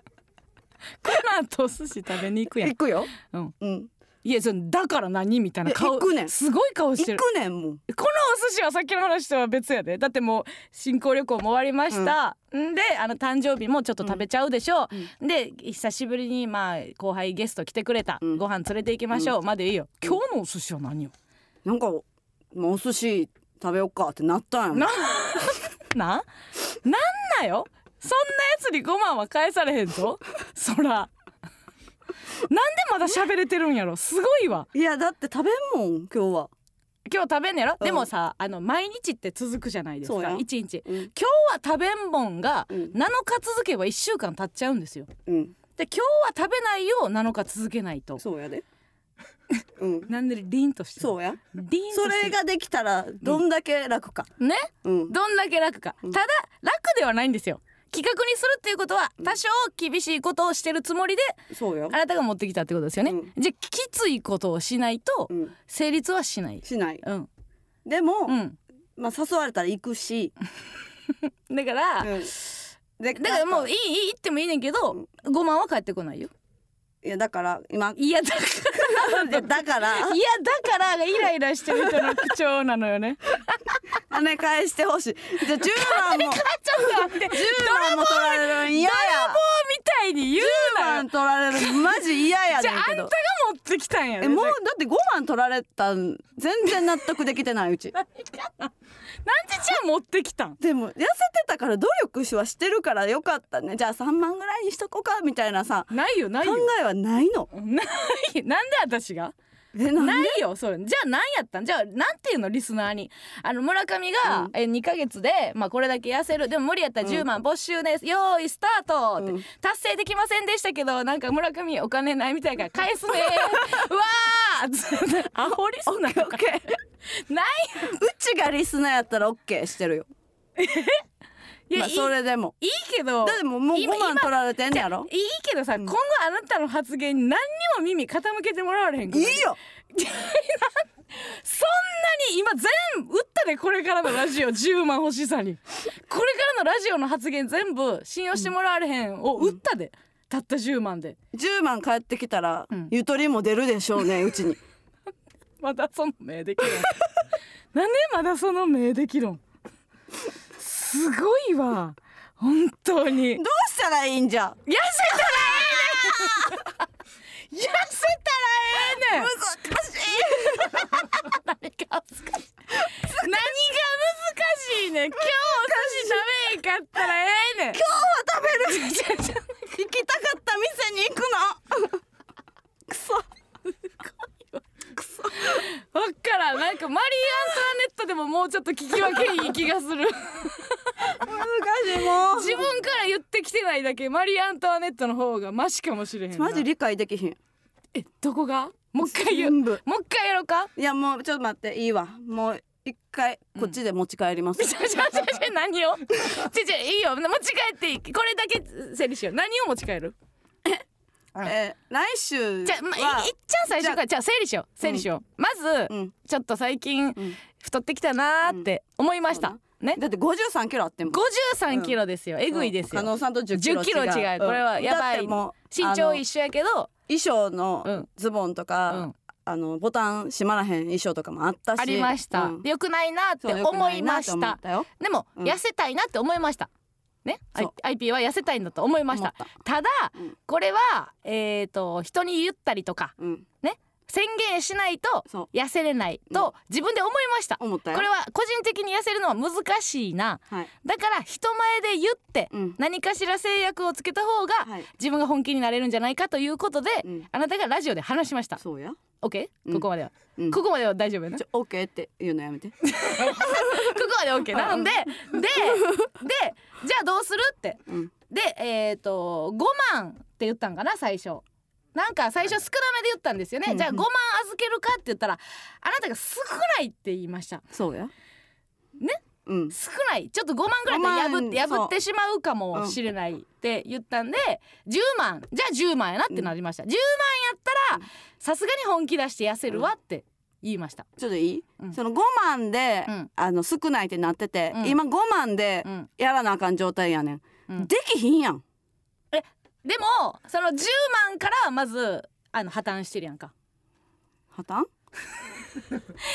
S2: この後お寿司食べに行くやん
S1: 行、くよ
S2: うん、
S1: うん
S2: いやそのだから何みたいない
S1: や
S2: 顔
S1: 行くねん
S2: すごい顔し
S1: 行
S2: てる
S1: くねんもう
S2: このお寿司はさっきの話とは別やでだってもう新婚旅行も終わりました、ん、であの誕生日もちょっと食べちゃうでしょう、で久しぶりにまあ後輩ゲスト来てくれた、
S1: うん
S2: ご飯連れて行きましょう、までいいよ今日のお寿司は何よ、
S1: なんかもうお寿司食べよっかってなったんやもん
S2: なななんなよそんなやつに5万は返されへんぞそらなんでまだ喋れてるんやろすごいわ
S1: いやだって食べんもん今日は、
S2: 今日食べんねやろ、
S1: うん
S2: でもさあの毎日って続くじゃないです
S1: そうや
S2: か
S1: ん
S2: 一日
S1: うん
S2: 今日は食べんもんが
S1: うん
S2: 7日続けば1週間経っちゃうんですよ
S1: うん、
S2: で今日は食べないよう7日続けないと
S1: そうや でうん
S2: なんで凛としてる
S1: そうや
S2: 凛として
S1: そ
S2: る
S1: れができたらどんだけ楽か、
S2: ね
S1: うん、
S2: どんだけ楽か、
S1: うん
S2: ただ楽ではないんですよ企画にするっていうことは多少厳しいことをしてるつもりで
S1: そうや
S2: あ、なたが持ってきたってことですよね、
S1: うん
S2: じゃあきついことをしないと
S1: うん、
S2: 成立はしない
S1: しない
S2: うん
S1: でも、
S2: うん
S1: まあ誘われたら行くし、
S2: だから、
S1: うんで
S2: だからもう
S1: い
S2: いいいいってもいいねんけど、5万は返ってこないよ
S1: やだから今
S2: いやだから
S1: でだから
S2: いやだからがイライラしてる人の口調なの よね。
S1: 金返してほしいじゃあ10万も
S2: ちょっと待って。ドラ
S1: 10万も取られるん嫌や
S2: みたいに言う
S1: 10
S2: なよ。
S1: 万取られるマジ嫌や
S2: じ
S1: ね
S2: ゃ
S1: ん
S2: ああん
S1: け
S2: た
S1: ど
S2: が持ってきたんや
S1: え
S2: ね。
S1: もうだって5万取られたん全然納得できてないう ち
S2: なんでじゃあ持ってきたん。
S1: でも痩せてたから努力はしてるからよかったねじゃあ3万ぐらいにしとこうかみたいなさ
S2: ないよな
S1: 考
S2: いよ。
S1: えはないの
S2: ないなんで私が。
S1: えなんで
S2: ないよそれ。じゃあなんやったん。じゃあなんていうのリスナーに。あの村上が、
S1: うん
S2: え2ヶ月でまあこれだけ痩せるでも無理やったら10万没収です。よーいスタートって、
S1: うん
S2: 達成できませんでしたけどなんか村上お金ないみたいから返すね ー。うわー。アホリスナー
S1: オッケー
S2: ないう
S1: ちがリスナーやったらオッケーしてるよ
S2: いや、
S1: まあ
S2: いい
S1: それでも
S2: いいけど
S1: だってもうもう5
S2: 今
S1: 万取られてんねやろ
S2: いいけどさ、今後あなたの発言に何にも耳傾けてもらわれへん
S1: い
S2: か
S1: い
S2: ら
S1: よ
S2: そんなに今全部打ったでこれからのラジオ 10万欲しさにこれからのラジオの発言全部信用してもらわれへんを打ったで、たった10万で
S1: 10万返ってきたら、
S2: うん
S1: ゆとりも出るでしょうねうちに
S2: まだその目で きるなんでまだその目できるんすごいわ本当に
S1: どうしたらいいんじゃ
S2: 痩せたらええねん痩せたらえ えねん
S1: 難しい
S2: 何が難しい何が難 しいねん今日お寿司食べへんかったらええねん
S1: 今日は食べる 行きたかった店に行くのくそ
S2: わっからんなんかマリー・アントワネットでももうちょっと聞き分けいい気がす る
S1: 難しいもう
S2: 自分から言ってきてないだけマリー・アントワネットの方がマシかもしれへんな
S1: マジ理解できひん
S2: えどこがもう一回言う
S1: 全部
S2: もう一回やろうか
S1: いやもうちょっと待っていいわもう一回こっちで持ち帰ります、
S2: ちょちょちょちょ何をちょちょいいよ持ち帰っていいこれだけ整理しよう何を持ち帰る
S1: えー来週は
S2: じゃあ、まあ、いいっちゃん最初からじゃあ整理しよう整理しよう、まず、
S1: うん
S2: ちょっと最近
S1: うん
S2: 太ってきたなーって思いました、ね
S1: だって53キロあっても
S2: 五十三キロですよ、えぐいです
S1: 加
S2: よ
S1: 納さんと10
S2: 10
S1: キ
S2: キ
S1: ロ
S2: ロ
S1: 違う
S2: 違うこれはやばい
S1: だってもう
S2: 身長一緒やけど
S1: 衣装
S2: う
S1: の
S2: ん
S1: ズボンとか、
S2: うん
S1: あのボタン閉まらへん衣装とかもあったし
S2: ありました、
S1: うん
S2: で良くないなって
S1: そう
S2: 思いま
S1: 良
S2: し
S1: くないなっ
S2: た
S1: て思っよ
S2: でも、
S1: うん
S2: 痩せたいなって思いましたね、
S1: そう
S2: IP は痩せたいんだと思いました
S1: 思った
S2: だ、
S1: うん
S2: これはえっ、と人に言ったりとか
S1: うん
S2: 宣言しないと
S1: そう
S2: 痩せれないと自分で思いました、
S1: 思ったよ
S2: これは個人的に痩せるのは難しいな
S1: はい
S2: だから人前で言って
S1: うん
S2: 何かしら制約をつけた方が
S1: はい
S2: 自分が本気になれるんじゃないかということで、
S1: うん
S2: あなたがラジオで話しました
S1: そうや
S2: OK、
S1: うん
S2: ここまでは、
S1: うん
S2: ここまでは大丈夫やな
S1: ちょオッケーって言うのやめて
S2: ここまで OK なんでででじゃあどうするって
S1: うん
S2: でえっ、と5万って言ったんかな最初なんか最初少なめで言ったんですよね、
S1: うん
S2: じゃあ5万預けるかって言ったらあなたが少ないって言いました
S1: そうや
S2: ね
S1: うん
S2: 少ないちょっと5万ぐらいだと破って
S1: 5万
S2: 破ってしまうかもしれないって言ったんで10万じゃあ10万やなってなりました、10万やったらさすがに本気出して痩せるわって言いました、
S1: ちょっといい、
S2: うん
S1: その5万で、
S2: うん
S1: あの少ないってなってて、
S2: うん
S1: 今5万で
S2: うん
S1: やらなあかん状態やねん、
S2: うん
S1: できひんやん
S2: でもその10万からはまずあの破綻してるやんか
S1: 破綻
S2: い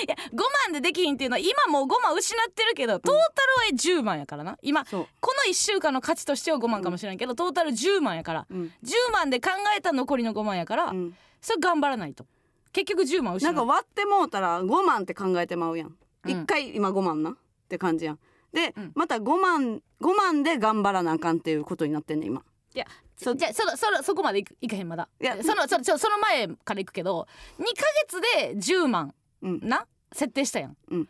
S2: や5万でできひんっていうのは今もう5万失ってるけどトータルは10万やからな今
S1: そう、
S2: この1週間の価値としては5万かもしれんけどトータル10万やから
S1: うん
S2: 10万で考えた残りの5万やから
S1: うん、
S2: それ頑張らないと結局10万失
S1: な
S2: うん
S1: か割ってもうたら5万って考えてまうやん
S2: うん
S1: 一、回今5万なって感じやんで、
S2: うん
S1: また5万5万で頑張らなあかんっていうことになってんねん今
S2: いやじ
S1: そ
S2: ゃあそのそのそこまでいくいかへんまだ
S1: いや
S2: そのそのちょその前からいくけど2ヶ月で10万
S1: うん
S2: な設定したやん、
S1: うん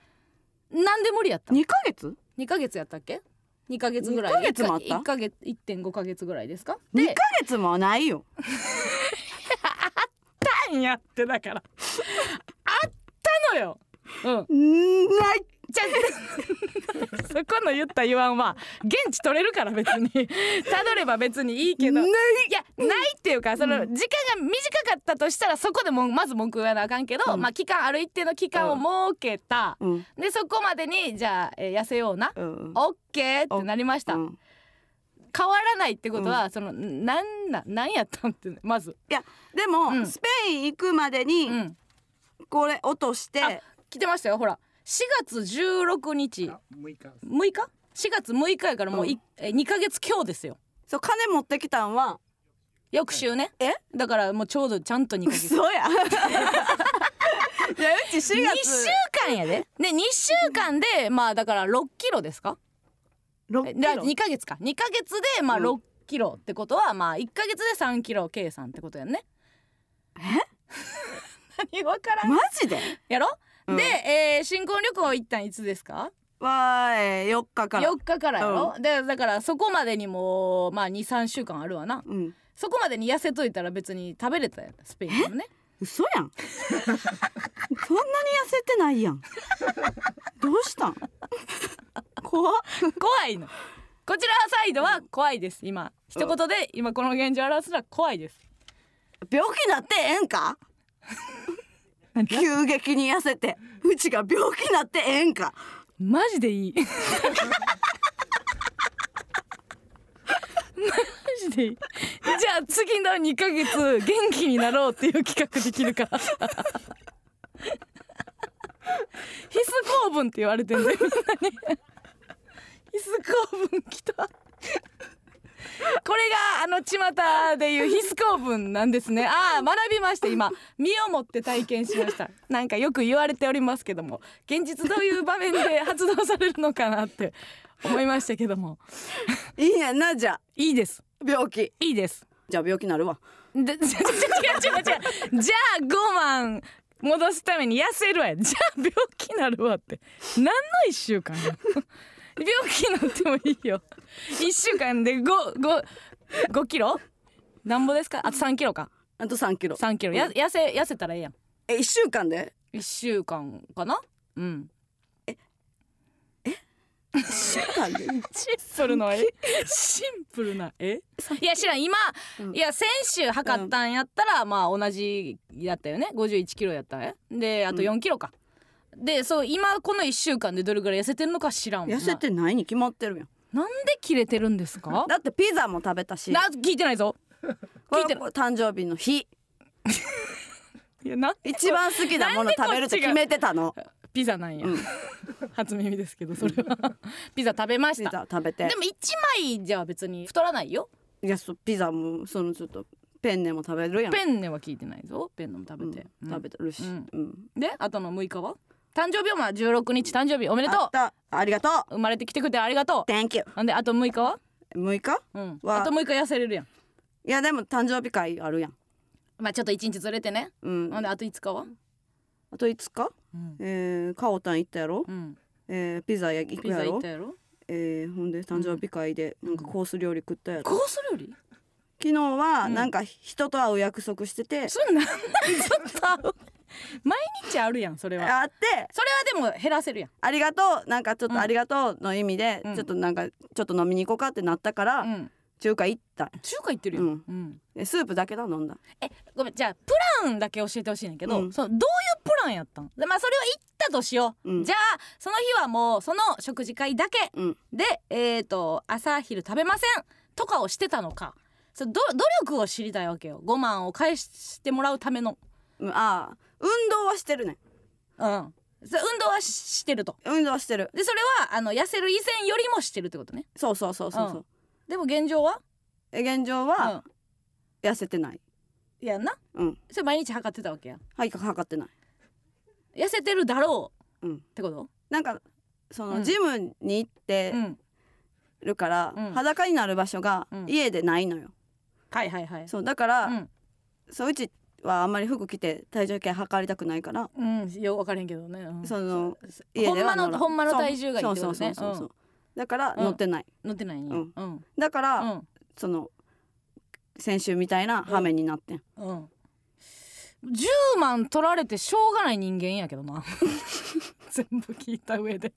S2: なんで無理やった
S1: 2ヶ月
S2: 2ヶ月やったっけ2ヶ月ぐらい
S1: 二ヶ月もあった
S2: 1ヶ月1.5ヶ月ぐらいですか
S1: 2
S2: で
S1: ヶ月もないよ
S2: なんやってだからあったのようん
S1: んーない
S2: じゃあ そこの言った言わんは現地取れるから別に たどれば別にいいけど
S1: ない
S2: いやないっていうかその時間が短かったとしたらそこでもうまず文句言わなあかんけど、
S1: うん
S2: まあ期間ある一定の期間を設けた、
S1: うん
S2: でそこまでにじゃあ、えー痩せような、
S1: うん
S2: オッケーってなりました、
S1: うん
S2: 変わらないってことは、そのなんななんやったんってまず、
S1: いやでも、
S2: うん
S1: スペイン行くまでに
S2: うん、
S1: これ落として、
S2: あ来てましたよほら4月16日
S3: あ6日
S2: 6日4月6日やからもうい、え2ヶ月今日ですよ
S1: そう金持ってきたんは
S2: 翌週ね
S1: え
S2: だからもうちょうどちゃんと2ヶ月
S1: 嘘 やいやうち4月
S2: 2週間やでね2週間でまあだから6キロですか
S1: 6
S2: え
S1: キ
S2: で
S1: ロ
S2: 2ヶ月か2ヶ月でまあ
S1: うん
S2: 6キロってことはまあ1ヶ月で3キロ計算ってことやんねえ 何わからん
S1: マジで
S2: やろ、
S1: うん
S2: で、えー新婚旅行一旦いつですか
S1: は、えー、4日から
S2: 4日からやろ、でだからそこまでにもうまあ23週間あるわな
S1: うん
S2: そこまでに痩せといたら別に食べれたやんスペインでもね
S1: 嘘やんそんなに痩せてないやんどうしたん怖っ
S2: 怖いのこちらサイドは怖いです今一言で今この現状を表すのは怖いです
S1: 病気なってええんか急激に痩せてうちが病気なってええんか
S2: マジでいいマジでいいじゃあ次の2ヶ月元気になろうっていう企画できる から必須公文って言われてんだよみんなに必須公文きたこれがあの巷でいう必須公文なんですねああ学びました今身をもって体験しましたなんかよく言われておりますけども現実どういう場面で発動されるのかなって思いましたけども
S1: いいやんなじゃあ
S2: いいです
S1: 病気
S2: いいです
S1: じゃあ病気なるわ
S2: で 違う違う違う違うじゃあ5万戻すために痩せるわやじゃあ病気なるわって何の1週間や病気になってもいいよ1週間で55キロなんぼですかあと3キロか
S1: あと3キロ
S2: 3キロや痩せ痩せたらええやん
S1: え1週間で
S2: 1週間かなうん
S1: 1週間で
S2: シンプルな絵シンプルな絵いや知らん今、
S1: うん
S2: いや先週測ったんやったら、まあ同じやったよね51キロやったねであと4キロか、でそう今この1週間でどれぐらい痩せてるのか知らんもんな
S1: 痩せてないに決まってるやん
S2: なんで切れてるんですか
S1: だってピザも食べたし
S2: な聞いてないぞ聞いてる
S1: これこれ誕生日の日
S2: いやなん
S1: 一番好きなもの食べるって決めてたの
S2: ピザなんや、 初耳ですけどそれ はピザ食べまし
S1: ピ
S2: た
S1: ザ食べて
S2: でも一枚じゃ別に太らないよ
S1: いやそうピザもそのちょっとペンネも食べるやん
S2: ペンネは聞いてないぞペンネも食べて、
S1: うん食べ
S2: て
S1: てるし、
S2: うん
S1: うん
S2: であとの6日は誕生日はまあ16日誕生日おめで
S1: あ
S2: と
S1: っ
S2: う
S1: たありがとう
S2: 生まれてきてくれてありがと
S1: Thank you
S2: うなんであと6日は
S1: 6日
S2: うん
S1: わ
S2: あと6日痩せれるやん
S1: いやでも誕生日会あるやん
S2: まあちょっと1日ずれてね
S1: うん
S2: なんであと5日は
S1: あといつか
S2: うん、
S1: えー、カオタン行ったやろ、
S2: うん、
S1: えー、ピザ行く
S2: ピ
S1: や
S2: ザ行
S1: ろ
S2: ったやろ
S1: えー、ほんで誕生日会でなんかコース料理食ったやろ、
S2: コース料理
S1: 昨日はなんか人と会う約束してて、
S2: そんなんなんちょっと合う毎日あるやんそれは
S1: 会って
S2: それはでも減らせるやん
S1: ありがとうなんかちょっとありがとうの意味で、
S2: うん
S1: ちょっとなんかちょっと飲みに行こうかってなったから、
S2: うん
S1: 中華行った
S2: 中華行ってるやん、
S1: う
S2: うんん
S1: でスープだけだ飲んだ
S2: えごめんじゃあプランだけ教えてほしいねんだけど、
S1: うん
S2: そのどういうプランやったんでまあそれを行ったとしよう、
S1: うん
S2: じゃあその日はもうその食事会だけ
S1: うん
S2: でえっ、と朝昼食べませんとかをしてたのかそうど努力を知りたいわけよ5万を返してもらうための
S1: うんああ運動はしてるね
S2: うんそう運動はししてると
S1: 運動はしてる
S2: でそれはあの痩せる以前よりもしてるってことね
S1: そうそうそうそうそう、
S2: うんでも現状は
S1: え現状は痩せてない
S2: うん、やんな
S1: うん
S2: それ毎日測ってたわけや
S1: はい測ってない
S2: 痩せてるだろう、
S1: うん
S2: ってこと
S1: なんかその、
S2: うん
S1: ジムに行って
S2: うん
S1: るから、
S2: うん
S1: 裸になる場所が
S2: うん
S1: 家でないのよ、
S2: はいはいはい
S1: そうだから、
S2: うん
S1: そううちはあんまり服着て体重計測りたくないから
S2: うん、よく分からへんけどね、うん
S1: その家
S2: ほん
S1: で
S2: ま
S1: は
S2: の
S1: 乗ら
S2: ほんまの体重がいい
S1: そ
S2: っ
S1: う
S2: てこ
S1: そう
S2: と
S1: そ
S2: ね
S1: うそうそううだから
S2: うん
S1: 乗ってない、
S2: ん乗ってないんや
S1: う
S2: うんんうん
S1: だから、
S2: う
S1: その先週みたいな羽目になってん、
S2: ん10万取られてしょうがない人間やけどな 全部聞いた上で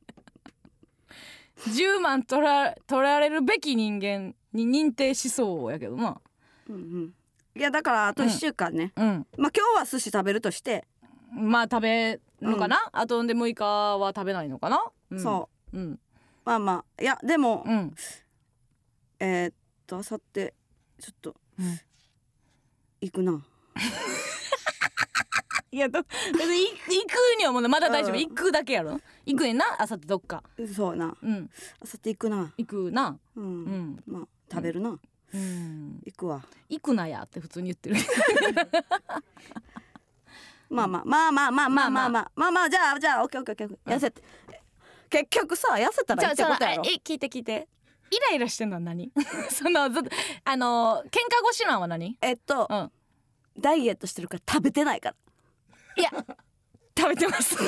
S2: 10万取ら取られるべき人間に認定しそうやけどな
S1: うんうんいやだからあと1週間ね、
S2: うん
S1: まあ今日は寿司食べるとして、
S2: まあ食べのかな、あとんで6日は食べないのかな、うん、
S1: そう
S2: うん
S1: うまあまあいやでも、
S2: うん
S1: えー、っとあさってちょっと
S2: うん
S1: 行くな、
S2: いやど別にい行くにはもうねまだ大丈夫、
S1: うん
S2: 行くだけやろ行くねんなあさってどっか
S1: そうやな
S2: うん
S1: あさって行くな
S2: 行くな
S1: うん、
S2: うん、
S1: まあ食べるな、
S2: うん、
S1: 行くわ
S2: 行くなやって普通に言ってる
S1: まあまあまあまあまあまあまあま
S2: ま
S1: あまあまあじゃあじゃあオッケーオッケーオッケー痩せて、結局さ痩せたらいいってことやろ
S2: え聞いて聞いてイライラしてんのは何 そのずっとあの喧嘩腰なんは何
S1: えっと、
S2: うん
S1: ダイエットしてるから食べてないから
S2: いや食べてます食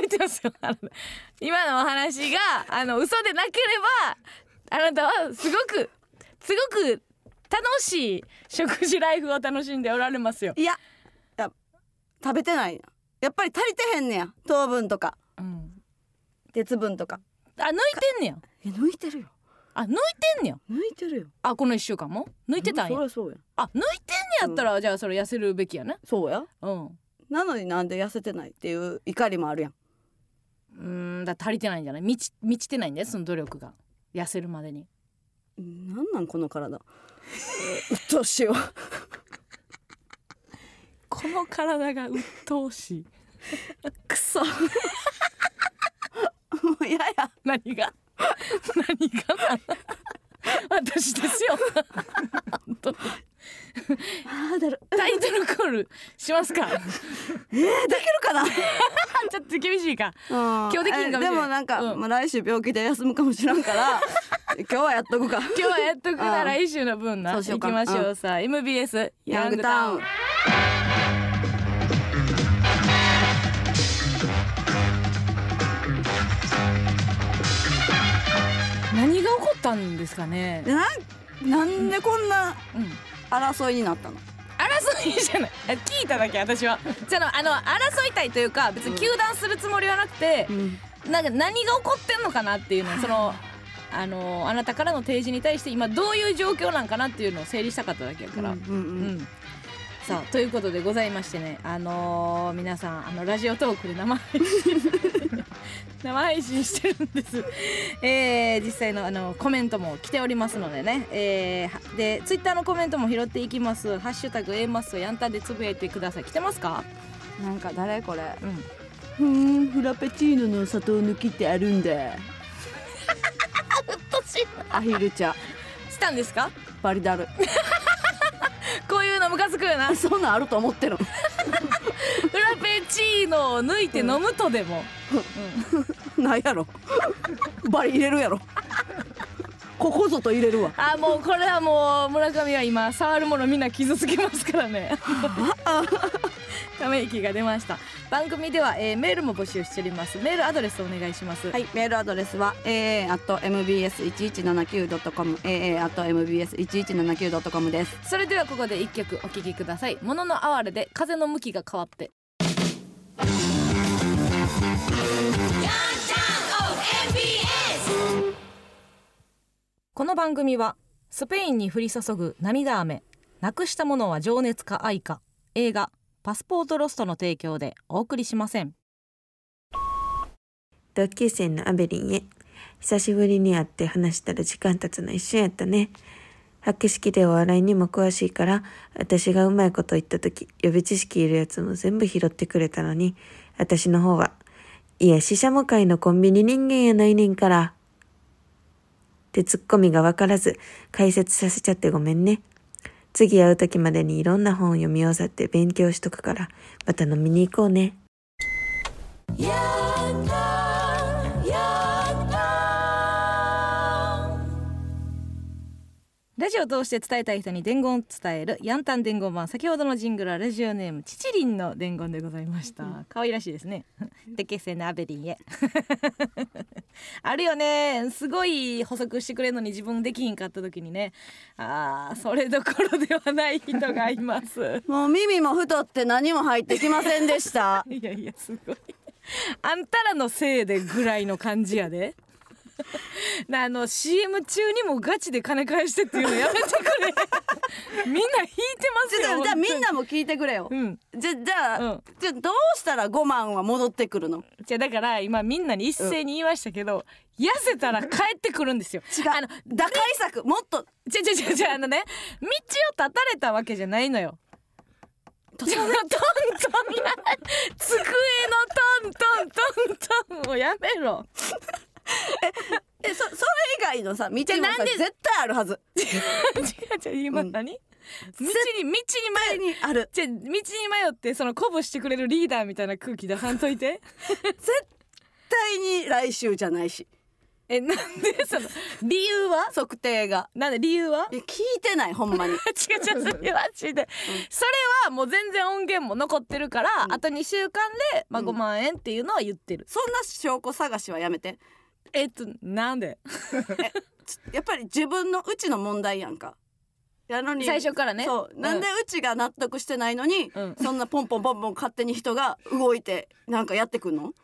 S2: べてますよあの今のお話があの嘘でなければあなたはすごくすごく楽しい食事ライフを楽しんでおられますよ、
S1: いやいや食べてないなやっぱり足りてへんねや糖分とか
S2: うん、
S1: 鉄分とか
S2: あ抜いてんねや
S1: え抜いてるよ
S2: あ抜いてんねや
S1: 抜いてるよ
S2: あこの1週間も抜いてたんや
S1: そりゃそうや
S2: あ抜いてんねやったら、じゃあそれ痩せるべきやね
S1: そうや
S2: うんう
S1: なのになんで痩せてないっていう怒りもあるやん
S2: ーんだから足りてないんじゃない満ち満ちてないんだよその努力が痩せるまでに
S1: なんなんこの体うっとうしいわ
S2: この体が鬱陶しい
S1: くそもうやや
S2: 何が 何が な私です よ本当に
S1: あーだる
S2: タイトルコールしますか
S1: えー、できるかな
S2: ちょっと厳しいか
S1: 今
S2: 日できひんかもしれん
S1: でもなんか、
S2: うん
S1: まあ、来週病気で休むかもしらんから今日はやっとくか
S2: 今日はやっとくなら
S1: うん
S2: 一週の分な
S1: そう
S2: 行
S1: しよう
S2: き
S1: か
S2: ましょ
S1: う
S2: うさ MBS
S1: ヤングタウン
S2: 何が起こったんですかね
S1: でなんなんでこんな
S2: うん
S1: 争いになったの
S2: 争いじゃないあ聞いただけ私はじゃああの争いたいというか別に糾弾するつもりはなくて、なんか何が起こってんのかなっていうのをそのあのあなたからの提示に対して今どういう状況なんかなっていうのを整理したかっただけや
S1: う
S2: か
S1: ん
S2: ら、
S1: う
S2: うんん
S1: うんうん
S2: さあということでございましてねあのー皆さんあのラジオトークで生配信 生配信してるんです、 えー、実際のあのコメントも来ておりますのでね、えー、でツイッターのコメントも拾っていきます「ハッシュタグ A マス」をやんたんでつぶやいてください来てますか
S1: なんか誰これ
S2: うん
S1: ふーんフラペチーノの砂糖抜きってあるんだアヒル茶
S2: したんですか
S1: バリだる
S2: こういうのムカつくよなフ
S1: そんなんあると思ってる
S2: ラペチーノを抜いて飲むとでも、
S1: ないやろバリ入れるやろここぞと入れるわ
S2: あもうこれはもう村上は今触るものみんな傷つけますからねため息が出ました番組では、えー、メールも募集しておりますメールアドレスお願いします、
S1: はい、メールアドレスは aa mbs 一一七九ドットコム aa mbs 一一七九ドットコムです。
S2: それではここで一曲お聴きください「もののあわれ」で風の向きが変わってこの番組はスペインに降り注ぐ涙雨なくしたものは情熱か愛か映画「パスポートロスト」の提供でお送りしません
S3: 同級生のアベリンへ久しぶりに会って話したら時間経つの一瞬やったね博識でお笑いにも詳しいから私がうまいこと言った時予備知識いるやつも全部拾ってくれたのに私の方はいや死者も会のコンビニ人間やないねんからってツッコミが分からず解説させちゃってごめんね次会う時までにいろんな本を読み終わって勉強しとくからまた飲みに行こうね
S2: ラジオを通して伝えたい人に伝言を伝えるヤンタン伝言版先ほどのジングルはラジオネームちちりんの伝言でございました可愛らしいですね でけっせなアベリンへ あるよねすごい補足してくれるのに自分できひんかった時にねあーそれどころではない人がいます
S1: もう耳も太って何も入ってきませんで した。
S2: いやいやすごいあんたらのせいでぐらいの感じやで なあの CM 中にもガチで金返してっていうのやめてくれ みんな引いてます
S1: じ
S2: よ
S1: ゃあじゃあみん
S2: 本
S1: なも聞いてくれよ
S2: 当。にうん
S1: じゃじゃあ、
S2: うん
S1: じゃあどうしたら5万は戻ってくるの？
S2: じゃあだから今みんなに一斉に言いましたけど、痩せたら帰ってくるんですよ。
S1: 違う。
S2: あの
S1: 打開策もっと
S2: じゃじゃじゃじゃあのね道を断たれたわけじゃないのよ。トントントンな机のトントントントンをやめろ。
S1: えそそれ以外のさ道もさ
S2: じゃあなんで
S1: 絶対あるはず。
S2: 違う違う今何、道に道に迷
S1: 絶対にある。
S2: じゃあ道に迷ってその鼓舞してくれるリーダーみたいな空気出さんといて。
S1: 絶対に来週じゃないし。
S2: えなんでその理由は
S1: 測定が。
S2: なんで理由 はい
S1: や聞いてないほん まに。
S2: 違う違う違うマジで、それはもう全然音源も残ってるから、あと2週間で、まあ、
S1: うん
S2: 5万円っていうのは言ってる、
S1: そんな証拠探しはやめて。
S2: えっとなんで
S1: やっぱり自分のうちの問題やんか。やのに
S2: 最初からね
S1: そうなんでうちが納得してないのに、
S2: うん
S1: そんなポンポンポンポン勝手に人が動いてなんかやってくんの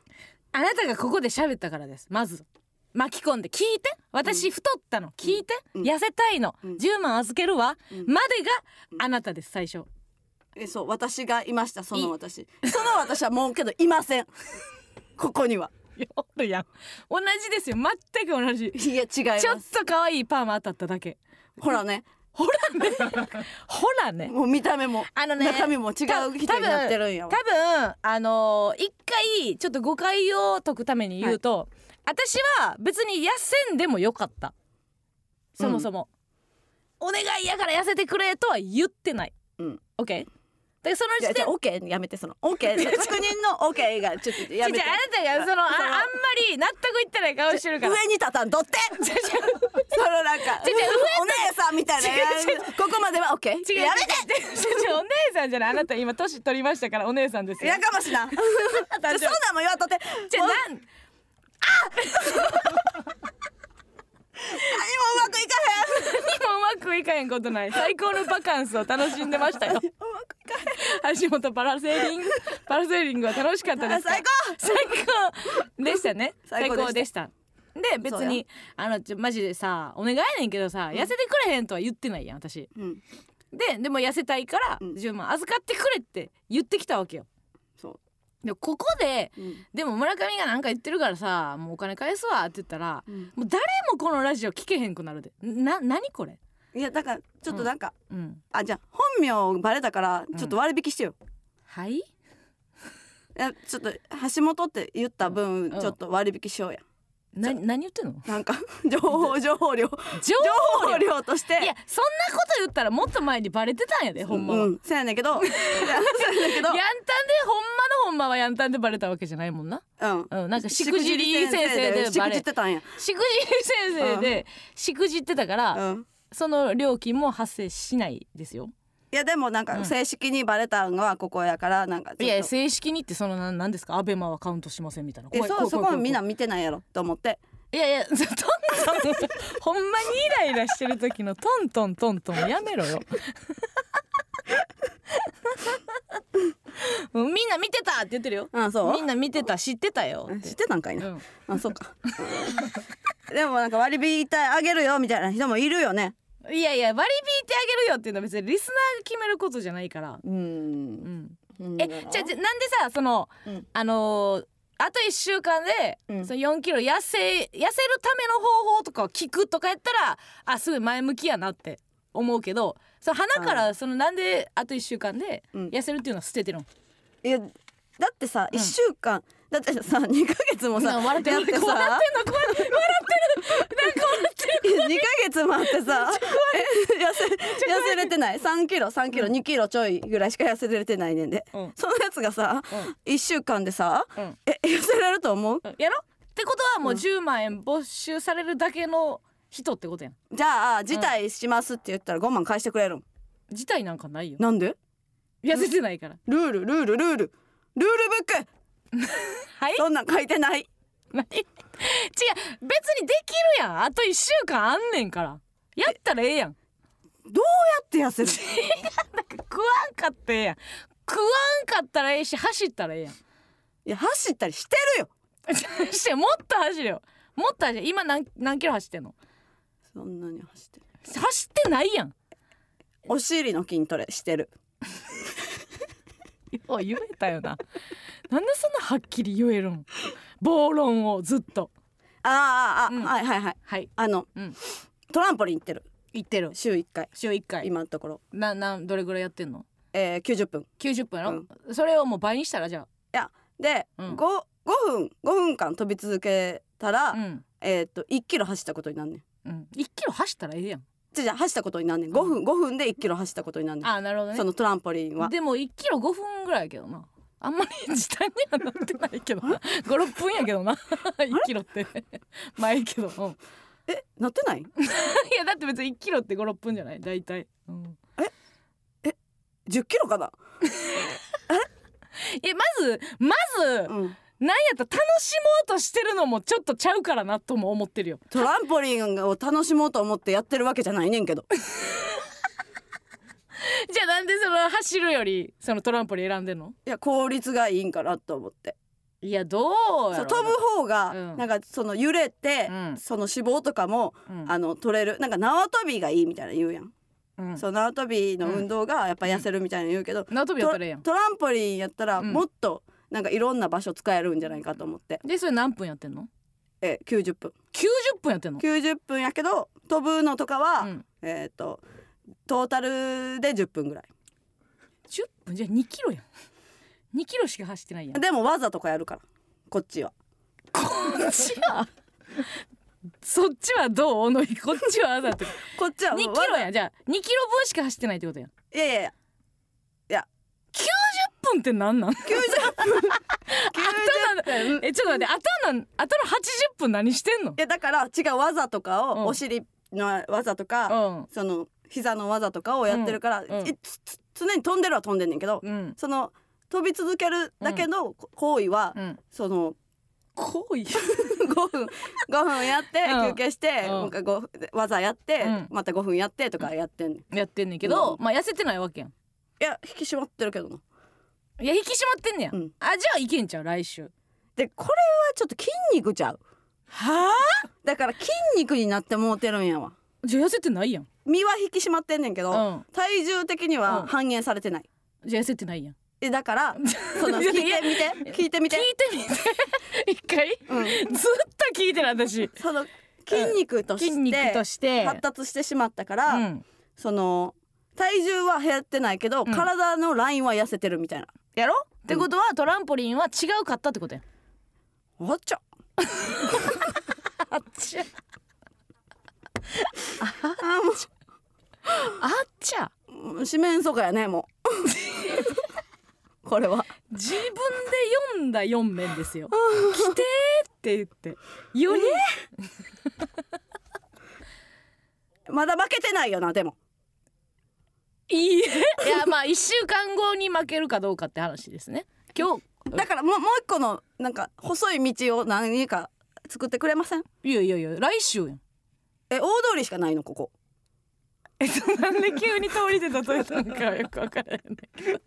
S2: あなたがここで喋ったからですまず巻き込んで聞いて私太ったの、聞いて、
S1: うん
S2: 痩せたいの、
S1: うん
S2: 10万預けるわ、
S1: うん
S2: までがあなたです最初
S1: えそう私がいましたその私その私はもうけどいませんここにはい
S2: やおるやん同じですよ全く同じ
S1: いや違いま
S2: ちょっ
S1: す
S2: と可愛いパーマ当たっただけ
S1: ほらね
S2: ほらねほらね
S1: もう見た目も
S2: あのね
S1: 中身も違う人になってるんやわ
S2: 多分あのー一回ちょっと誤解を解くために言うと、私は別に痩せんでもよかったそもそも、お願いやから痩せてくれとは言ってない、
S1: うん、
S2: OK? だからその
S1: じゃ
S2: 時
S1: あじゃ
S2: 点
S1: あ OK やめてその OK 確認の OK がちょっとやめ
S2: ち
S1: て
S2: ょちょあなたがそのああんまり納得いってない顔してるから
S1: 上に立たんとっ て
S2: ちょちょ
S1: そのなんか
S2: 違う違う
S1: お姉さんみたいな
S2: 違う違う
S1: ここまでは OK
S2: 違う
S1: やめて
S2: 違う違うお姉さんじゃないあなた今年取りましたからお姉さんですよ
S1: やかましい なじゃあそんなんも言わんとって
S2: じゃあ
S1: もう
S2: なん
S1: 何もうまくいかへん
S2: 何もうまくいかへんことない最高のバカンスを楽しんでましたよ 橋本パラセーリング パラセーリングは楽しかったですか
S1: 最高
S2: 最高でしたね 最
S1: 最
S2: 高
S1: 高
S2: で
S1: で
S2: し
S1: した
S2: で別にあのちょマジでさお願いやねんけどさ、痩せてくれへんとは言ってないやん私
S1: うん
S2: ででも痩せたいから
S1: うん
S2: 10万預かってくれって言ってきたわけよ
S1: そう
S2: でここで
S1: うん
S2: でも村上がなんか言ってるからさもうお金返すわって言ったら
S1: うん
S2: もう誰もこのラジオ聞けへんくなるでな何これ
S1: いやだからちょっとなんか、
S2: うん
S1: あじゃあ本名バレたからちょっと割引してよ、
S2: はい
S1: いやちょっと橋本って言った分、
S2: うん
S1: ちょっと割引しようや
S2: な何言ってん の
S1: なんか 情報情報量情
S2: 情報
S1: 報
S2: 量
S1: 量として
S2: いやそんなこと言ったらもっと前にバレてたんやでほんまは、
S1: う
S2: やん
S1: ん、そうやねんけ どいやそうやねんけ
S2: たんでほんまのほんまはやんたんでバレたわけじゃないもんな、
S1: どうん
S2: うん、なんかしくじり先生で
S1: し
S2: バ
S1: くじ
S2: レ
S1: ってたんや、
S2: しくじり先生でしくじってたから、
S1: うん、
S2: その料金も発生しないですよ
S1: いやでもなん
S2: う
S1: か
S2: ん
S1: 正式にバレたんはここやからなんかちょっと
S2: いや正式にってそのな何ですかアベマはカウントしませんみたいな
S1: え
S2: 怖い
S1: そ
S2: 怖
S1: う
S2: い
S1: そ
S2: 怖い
S1: こ
S2: 怖い
S1: はみんな見てないやろと思って
S2: いやい やトントンほんまにイライラしてる時のトントントントンやめろよ みんな見てたって言ってるよ
S1: あそう
S2: みんな見てた知ってたよっ
S1: 知っててたんかい な、
S2: うん
S1: あそうかうんでもなんか割引いたあげるよみたいな人もいるよね
S2: いやいや割り引いてあげるよっていうのは別にリスナーが決めることじゃないから、
S1: う
S2: うんん、
S1: うん
S2: えじゃあじゃあなんでさその、
S1: うん
S2: あのーあと1週間で、
S1: うん
S2: その4キロ痩せ痩せるための方法とかを聞くとかやったらあすごい前向きやなって思うけどその鼻からそのなんであと1週間で
S1: うん
S2: 痩せるっていうのは捨ててるの、
S1: いやだってさ、
S2: う
S1: 一
S2: ん
S1: 週間だってさ2ヶ月も
S2: みんな
S1: さ
S2: 笑って
S1: や
S2: る
S1: ってさ
S2: こうなってんのこうなってる
S1: 2ヶ月もあ ってさえ痩せ痩せれてない3キロ3キロ2キロちょいぐらいしか痩せれてないねんで、
S2: うん
S1: そのやつがさ、一週間でさ
S2: うん
S1: え痩せれると思う
S2: うんやろってことはもう10万円没収されるだけの人ってことやん
S1: じゃあ辞退しますって言ったら5万返してくれるん
S2: 事態なんかないよ
S1: なんで
S2: 痩せてないから
S1: ルールルールルールルールブック
S2: はい
S1: そんなん書いてない
S2: 何違う別にできるやんあと1週間あんねんからやったらええやん
S1: どうや って痩せる
S2: 食わんかったらええやん食わんかったらええし走ったらええやん
S1: いや走ったりしてるよ
S2: してもっと走るよもっと走る今何何キロ走ってんの
S1: そんなに走ってる
S2: 走ってないやん
S1: お尻の筋トレしてる
S2: よう言えたよななんでそんなはっきり言えるん暴論をずっと
S1: あーあーあー、
S2: うん
S1: はいはいはい
S2: はい
S1: あの、
S2: うん
S1: トランポリン行ってる
S2: 言ってる
S1: 週1回
S2: 週1回
S1: 今のところ、
S2: ななんどれぐらいやってんの
S1: えー、90分い
S2: 90分やろ、それをもう倍にしたらじゃ
S1: やで、
S2: うん
S1: 五五 5, 分5分間飛び続けたら、
S2: あうん
S1: えーっと1キロ走ったことになんねん
S2: うん1キロ走ったらええやん
S1: じゃじゃ走ったことになんねん5分5分で1キロ走ったことになんねん
S2: あーなるほどね
S1: そのトランポリンは
S2: でも1キロ5分ぐらいやけどなあんまり時短にはなってないけど56分やけどな1キロってまあいいけど、うん、い
S1: えなってない
S2: やだって別に1キロって56分じゃない大体、うん、
S1: 10キロかな、
S2: いやまずまず
S1: うん、
S2: 何やったら楽しもうとしてるのもちょっとちゃうからなとも思ってるよ
S1: トランポリンを楽しもうと思ってやってるわけじゃないねんけど
S2: じゃあなんでその走るよりそのトランポリン選んでんの
S1: いや効率がいいんかなと思って
S2: いやどうや
S1: そう
S2: ろ
S1: 飛ぶ方が、
S2: うん
S1: なんかその揺れて、
S2: うん
S1: その脂肪とかも、
S2: うん
S1: あの取れるなんか縄跳びがいいみたいなの言うやん、
S2: うん
S1: そう縄跳びの運動がやっぱ痩せるみたいなの言うけど、
S2: 縄跳びやっ
S1: ト
S2: たらええやん
S1: トランポリンやったら
S2: うん
S1: もっとなんかいろんな場所使えるんじゃないかと思って、
S2: でそれ何分やってんの
S1: え90分
S2: 90分やってんの、
S1: 90分やけど飛ぶのとかは、
S2: うん、
S1: えっ、とトータルで10分ぐらい
S2: 10分じゃあ2キロ やん2キロしか走ってないやん
S1: でも技とかやるからこっちは
S2: こっちは そっちはどうおのいこっちはあざと2
S1: こっちは
S2: キ
S1: もう
S2: ロやんじゃあ2キロ分しか走ってないってことやん
S1: いやいやいや
S2: 10分ってなんなん
S1: 90分
S2: えちょっと待ってあとのあとの80分何してんの
S1: いやだから違う技とかを、
S2: うん
S1: お尻の技とか、
S2: う
S1: その膝の技とかをやってるから、
S2: うんうん
S1: いつつ常に飛んでるは飛んでんねんけど、
S2: んうん
S1: その飛び続けるだけの行為は、
S2: うん
S1: その
S2: 行為
S1: 5分5分やって
S2: うん
S1: 休憩して、
S2: うん
S1: もう一回5分技やって、
S2: うん
S1: また5分やってとかやってんねんい
S2: やってんねんけど、
S1: う
S2: まあ痩せてないわけやん
S1: や引き締まってるけどない
S2: や引き締まってんねや、
S1: うん
S2: あじゃあいけんちゃう来週
S1: でこれはちょっと筋肉ちゃう
S2: は
S1: だから筋肉になってもうてるんやわ
S2: あじゃあ痩せてないやん
S1: 身は引き締まってんねんけど、
S2: うん
S1: 体重的に
S2: うん
S1: は反映されてない、
S2: じゃあ痩せてないやん
S1: えだ からその聞いてみて聞いてみ
S2: 聞
S1: て
S2: いてみて 一回、
S1: うん
S2: ずっと聞いてる私
S1: その筋肉と
S2: 筋
S1: し
S2: 肉
S1: て
S2: として
S1: 発達してしまったから、
S2: うん、
S1: その体重は減ってないけど、
S2: うん
S1: 体のラインは痩せてるみたいな
S2: やろってことはトランポリンは違うかったってことや
S1: あっちゃ
S2: あっちゃ
S1: あーもう
S2: あっちゃ
S1: うん 四面楚歌やねもうこれは
S2: 自分で読んだ4面です よ「来て」って言って4人
S1: まだ負けてないよなでも
S2: いい えいやまあ1週間後に負けるかどうかって話ですね今日
S1: だからもうもう一個のなんか細い道を何か作ってくれません
S2: いやいやいや来週やん
S1: え大通りしかないのここ
S2: えっと なんで急に通りで例えたのかはよく分からへんねんけど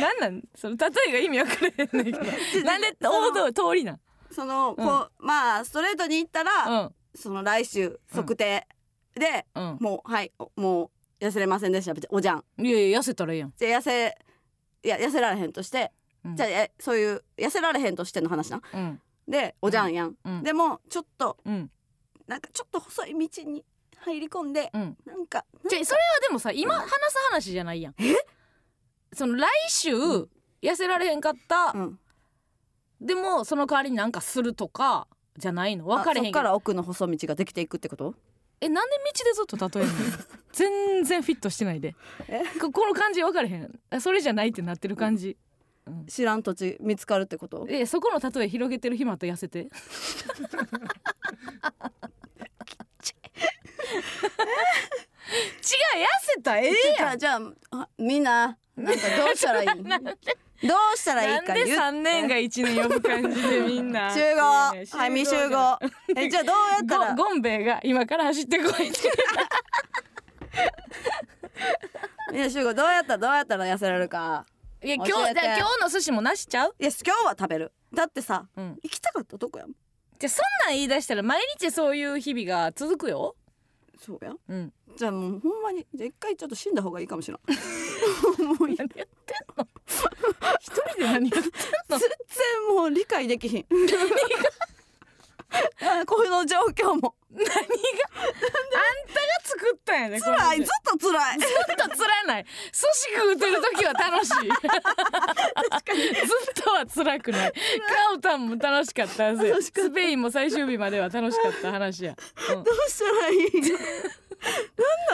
S2: なんなんその例えが意味分からへんねん けどなんで王道通りなん
S1: そのこう、まあストレートに行ったら、
S2: うん
S1: その来週測定で、
S2: うん
S1: もうはいおもう痩せれませんでしたおじゃん
S2: いやいや痩せたらええやん
S1: じゃあ痩せいや痩せられへんとして、
S2: うん
S1: じゃあえそういう痩せられへんとしての話な
S2: うん
S1: でおじゃんやん、
S2: うん
S1: でもちょっと
S2: うん
S1: なんかちょっと細い道に入り込んで、
S2: うん
S1: なんか
S2: じゃあそれはでもさ今話す話じゃないやんその来週痩せられへんかった、
S1: うん
S2: でもその代わりになんかするとかじゃないの分か
S1: あそ
S2: れへんけ
S1: っ
S2: ど
S1: から奥の細道ができていくってこと
S2: えなんで道でず っと例えんの全然フィットしてないで
S1: え
S2: ここの感じ分かれへんあそれじゃないってなってる感じ
S1: 知らん土地見つかるってこと
S2: えそこの例え広げてる暇と痩 せて 違う痩せたらええ
S1: じゃあじゃああみんな なんかどうしたらいいどうしたらいいか言って
S2: なんで3年が1年呼ぶ感じでみん な
S1: 集合はい未集合えじゃあどうやったら
S2: ゴゴンベイが今から走ってこいって
S1: みんな集合どうやったらどうやったら痩せられるか
S2: いや今日
S1: 教えて
S2: じゃあ今日の寿司もなしちゃう
S1: いや今日は食べるだってさ、
S2: うん
S1: 行きたかったとこやもん
S2: じゃあそんなん言い出したら毎日そういう日々が続くよ
S1: そうや
S2: うん
S1: じゃあもうほんまにじゃあ一回ちょっと死んだ方がいいかもしれ ないもうい
S2: 何やってんの 一人で何やってんの
S1: 全然もう理解できひん あこの状況も
S2: 作ったんやねこれ
S1: 辛いずっと辛 い
S2: ずっとつらない寿司食うてる時は楽しいずっとは辛くないカオタンも楽しかったはずや
S1: 楽しかった
S2: スペインも最終日までは楽しかった話や、うん
S1: どうしたらい いなん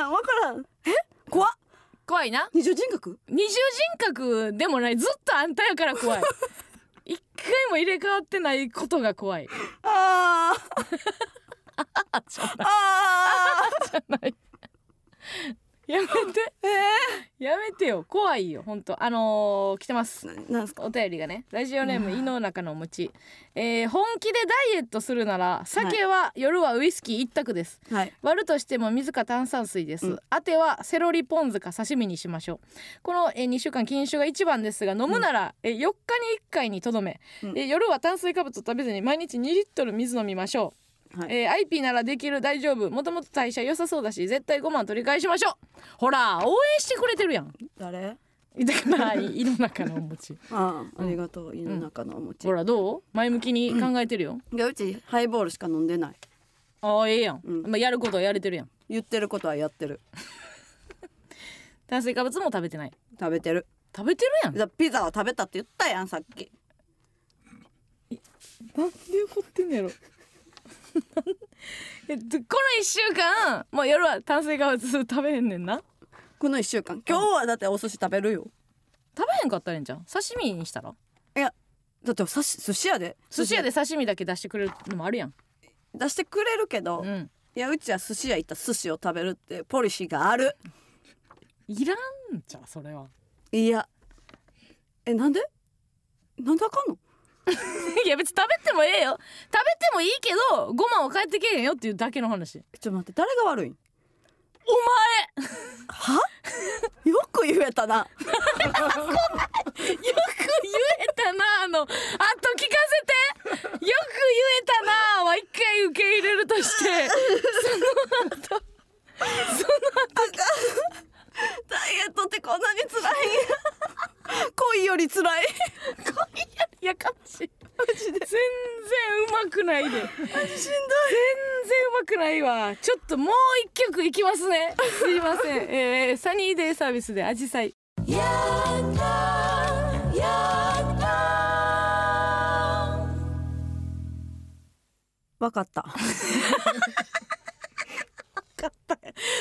S1: なんわからんえ怖っ
S2: 怖いな
S1: 二重人格
S2: 二重人格でもないずっとあんたやから怖い一回も入れ替わってないことが怖い
S1: あーあ
S2: やめて、やめてよ怖いよ本当あのー、来てます
S1: ーなんすか
S2: お便りがねラジオネーム胃の中のお餅、えー本気でダイエットするなら酒は夜はウイスキー一択です、
S1: はい
S2: 割るとしても水か炭酸水です、
S1: うん
S2: 当てはセロリポン酢か刺身にしましょうこのえー2週間禁酒が一番ですが飲むなら、えー4日に1回にとどめ、
S1: うん
S2: えー夜は炭水化物を食べずに毎日2リットル水飲みましょう、
S1: はい
S2: えー IP ならできる大丈夫もともと代謝良さそうだし絶対5万取り返しましょうほら応援してくれてる やん
S1: 誰
S2: だから胃の中の お餅
S1: あーありがとう胃の中のお餅、
S2: ほらどう前向きに考えてるよ、
S1: いやうちハイボールしか飲んでない
S2: ああええやん、
S1: うん
S2: まあ、やることはやれてるやん
S1: 言ってることはやってる
S2: 炭水化物も食べてない
S1: 食べてる
S2: 食べてるやん
S1: じゃあピザは食べたって言ったやんさっき
S2: なんで怒ってんのやろ えっとこの1週間もう夜は炭水化物食べへんねんな
S1: この一週間今日はだってお寿司食べるよ
S2: 食べへんかったらええんじゃん刺身にしたら
S1: いやだってさし寿司屋で
S2: 寿司屋で刺身だけ出してくれるのもあるやん
S1: 出してくれるけど、
S2: う
S1: い
S2: ん
S1: やうちは寿司屋行ったら寿司を食べるってポリシーがある
S2: いらんじゃんそれは
S1: いやえなんでなんであかんの
S2: いや別に食べてもええよ食べてもいいけど5万は返ってけえへんよっていうだけの話
S1: ちょっと待って誰が悪いん
S2: お前
S1: よく言えたな
S2: よく言えたなあのあと聞かせてよく言えたなは一回受け入れるとして
S1: ダイエットってこんなに辛いんや恋より辛
S2: くないでしんどい全然うまくないわちょっともう一曲いきますねすいません、えー、サニーデイサービスでアジサイ
S1: わかった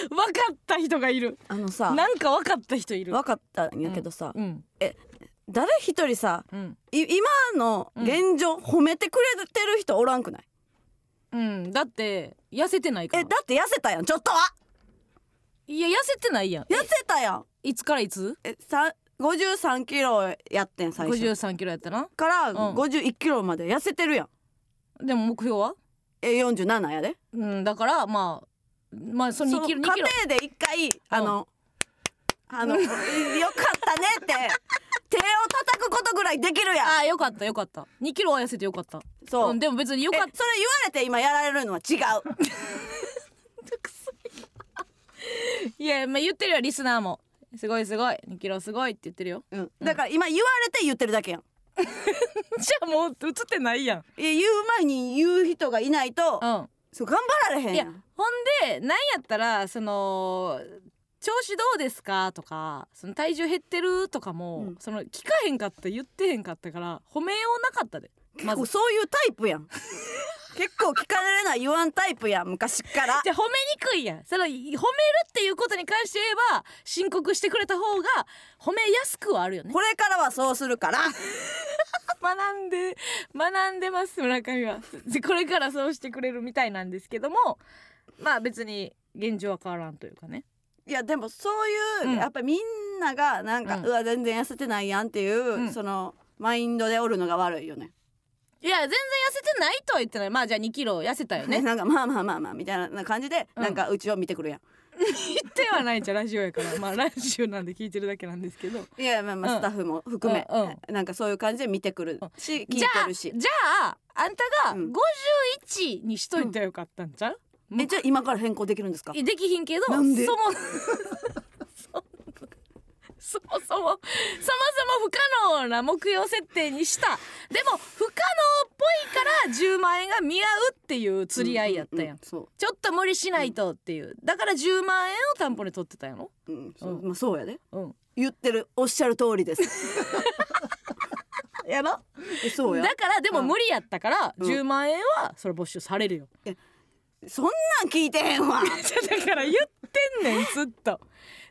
S2: 分かった人がいる
S1: あのさ
S2: なんか分かった人いる
S1: わかったんやけどさ、
S2: うん
S1: 誰一人さ
S2: うん
S1: い今の現状褒めてくれてる人おらんくない、
S2: うんだって痩せてないか
S1: え
S2: ら
S1: だって痩せたやんちょっとはい
S2: や痩せてないやん
S1: 痩せたやん
S2: いつからいつ
S1: えさ53キロやってん最初
S2: 53キロやったな
S1: から
S2: うん
S1: 51キロまで痩せてるやん
S2: でも目標は
S1: え47やで
S2: うんだからまあまあその2キロ
S1: その
S2: 2キロ
S1: 家庭で一回あの、あのよ かったねって手を叩くことぐらいできるやん
S2: ああよかったよかった2キロは痩せてよかった
S1: そう、
S2: ん、でも別によ
S1: え
S2: かっ
S1: それ言われて今やられるのは違う
S2: いやまあ言ってるよリスナーもすごいすごい2キロすごいって言ってるよ
S1: うん、だから今言われて言ってるだけやん
S2: じゃあもう映ってないやん
S1: いや言う前に言う人がいないと、
S2: うん
S1: そう頑張られへん
S2: い
S1: や
S2: や
S1: ん
S2: ほんでなんやったらその調子どうですかとかその体重減ってるとかも、
S1: うん
S2: その聞かへんかった言ってへんかったから褒めようなかったで
S1: 結
S2: ま
S1: 構
S2: ず
S1: そういうタイプや ん結構聞かれるのは言わんタイプやん昔から
S2: じゃあ褒めにくいやんその褒めるっていうことに関して言えば申告してくれた方が褒めやすくはあるよね
S1: これからはそうするから
S2: 学んで学んでます村上は でこれからそうしてくれるみたいなんですけどもまあ別に現状は変わらんというかね
S1: いやでもそういう、
S2: うん
S1: やっぱりみんながなんか、
S2: う
S1: うんわ全然痩せてないやんっていう、
S2: ん
S1: そのマインドでおるのが悪いよね。
S2: いや全然痩せてないとは言ってないまあじゃあ2キロ痩せたよ
S1: ね
S2: ね
S1: なんかまあまあまあまあみたいな感じで、
S2: うん
S1: なんかうちを見てくるやん。
S2: 言ってはないじゃんラジオやからまあラジオなんで聞いてるだけなんですけど
S1: いやまあまあ
S2: うん
S1: スタッフも含め、
S2: うん
S1: なんかそういう感じで見てくるし、聞いてるし
S2: じゃ。ああんたが
S1: うん
S2: 51にしといたらよかったんちゃう、
S1: えじゃあ今から変更できるんですか
S2: えできひんけど
S1: なんで
S2: そも そもそもそもそも不可能な目標設定にしたでも不可能っぽいから10万円が見合うっていう釣り合いやったやん,、
S1: ううそ
S2: ちょっと無理しないとっていうだから10万円を担保に取ってたやろ
S1: う,、うんそう
S2: うん
S1: まあ、そうやで
S2: うん
S1: 言ってるおっしゃる通りです
S2: やろ
S1: えそう
S2: だ
S1: や
S2: からでも
S1: うん
S2: 無理やったから
S1: うん
S2: 10万円はそれ没収される よ、
S1: そんなん聞いてへんわ
S2: だから言ってんねんずっと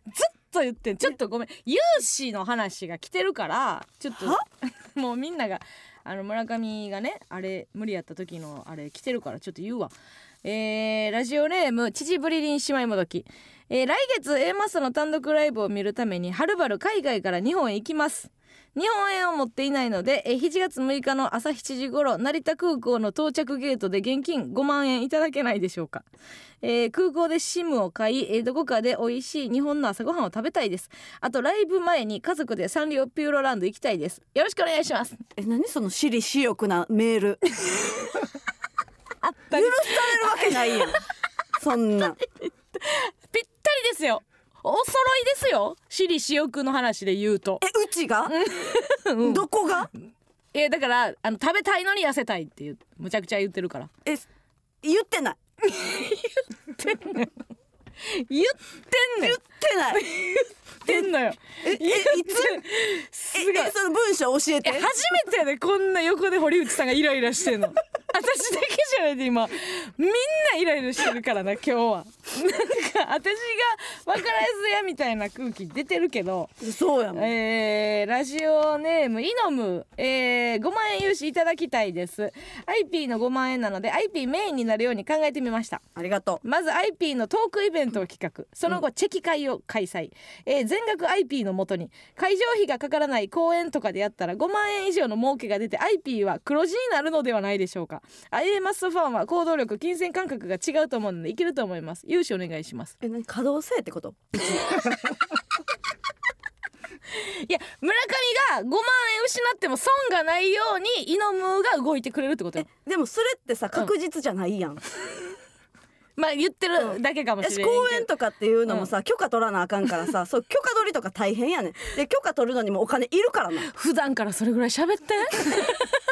S2: ずっと言ってんちょっとごめん融資の話が来てるからちょっ
S1: は
S2: と もうみんながあの村上がねあれ無理やった時のあれ来てるからちょっと言うわえーラジオネーム「父ぶりりん姉妹もどき」えー来月 A マスの単独ライブを見るためにはるばる海外から日本へ行きます日本円を持っていないのでえー7月6日の朝7時頃成田空港の到着ゲートで現金5万円いただけないでしょうか、えー空港でシムを買い、えーどこかで美味しい日本の朝ごはんを食べたいですあとライブ前に家族でサンリオピューロランド行きたいですよろしくお願いします
S1: え何その私利私欲なメール 許されるわけないやんそんなん
S2: ぴったりですよお揃いですよ私利私欲の話で言うと
S1: えうちが、どこが
S2: えーだからあの食べたいのに痩せたいっていうむちゃくちゃ言ってるから
S1: え言ってない
S2: 言ってんねん
S1: 言ってない
S2: 言ってんのよ
S1: ええ いつ
S2: す
S1: え
S2: ごい
S1: えその文章教え
S2: え
S1: て
S2: 初めてやでこんな横で堀内さんがイライラしてんの私だけじゃないで今みんなイライラしてるからな今日はなんか私が分からずやみたいな空気出てるけど
S1: そうやもん、
S2: えーラジオネームイノム、えー5万円融資いただきたいです IP の5万円なので IP メインになるように考えてみました
S1: ありがとう
S2: まず IP のトークイベントを企画その後チェキ会を開催、えー全額 IP のもとに会場費がかからない公演とかでやったら5万円以上の儲けが出て IP は黒字になるのではないでしょうか IA マストファンは行動力金銭感覚が違うと思うのでいけると思います融資お願いします
S1: え何稼働性ってこと
S2: いや村上が5万円失っても損がないようにイノムーが動いてくれるってことよ
S1: でもそれってさ確実じゃないやん、
S2: まあ言ってるだけかもし
S1: 私
S2: れない
S1: 公園とかっていうのもさ、許可取らなあかんからさそう許可取りとか大変やねんで許可取るのにもお金いるからな
S2: 普段からそれぐらい喋って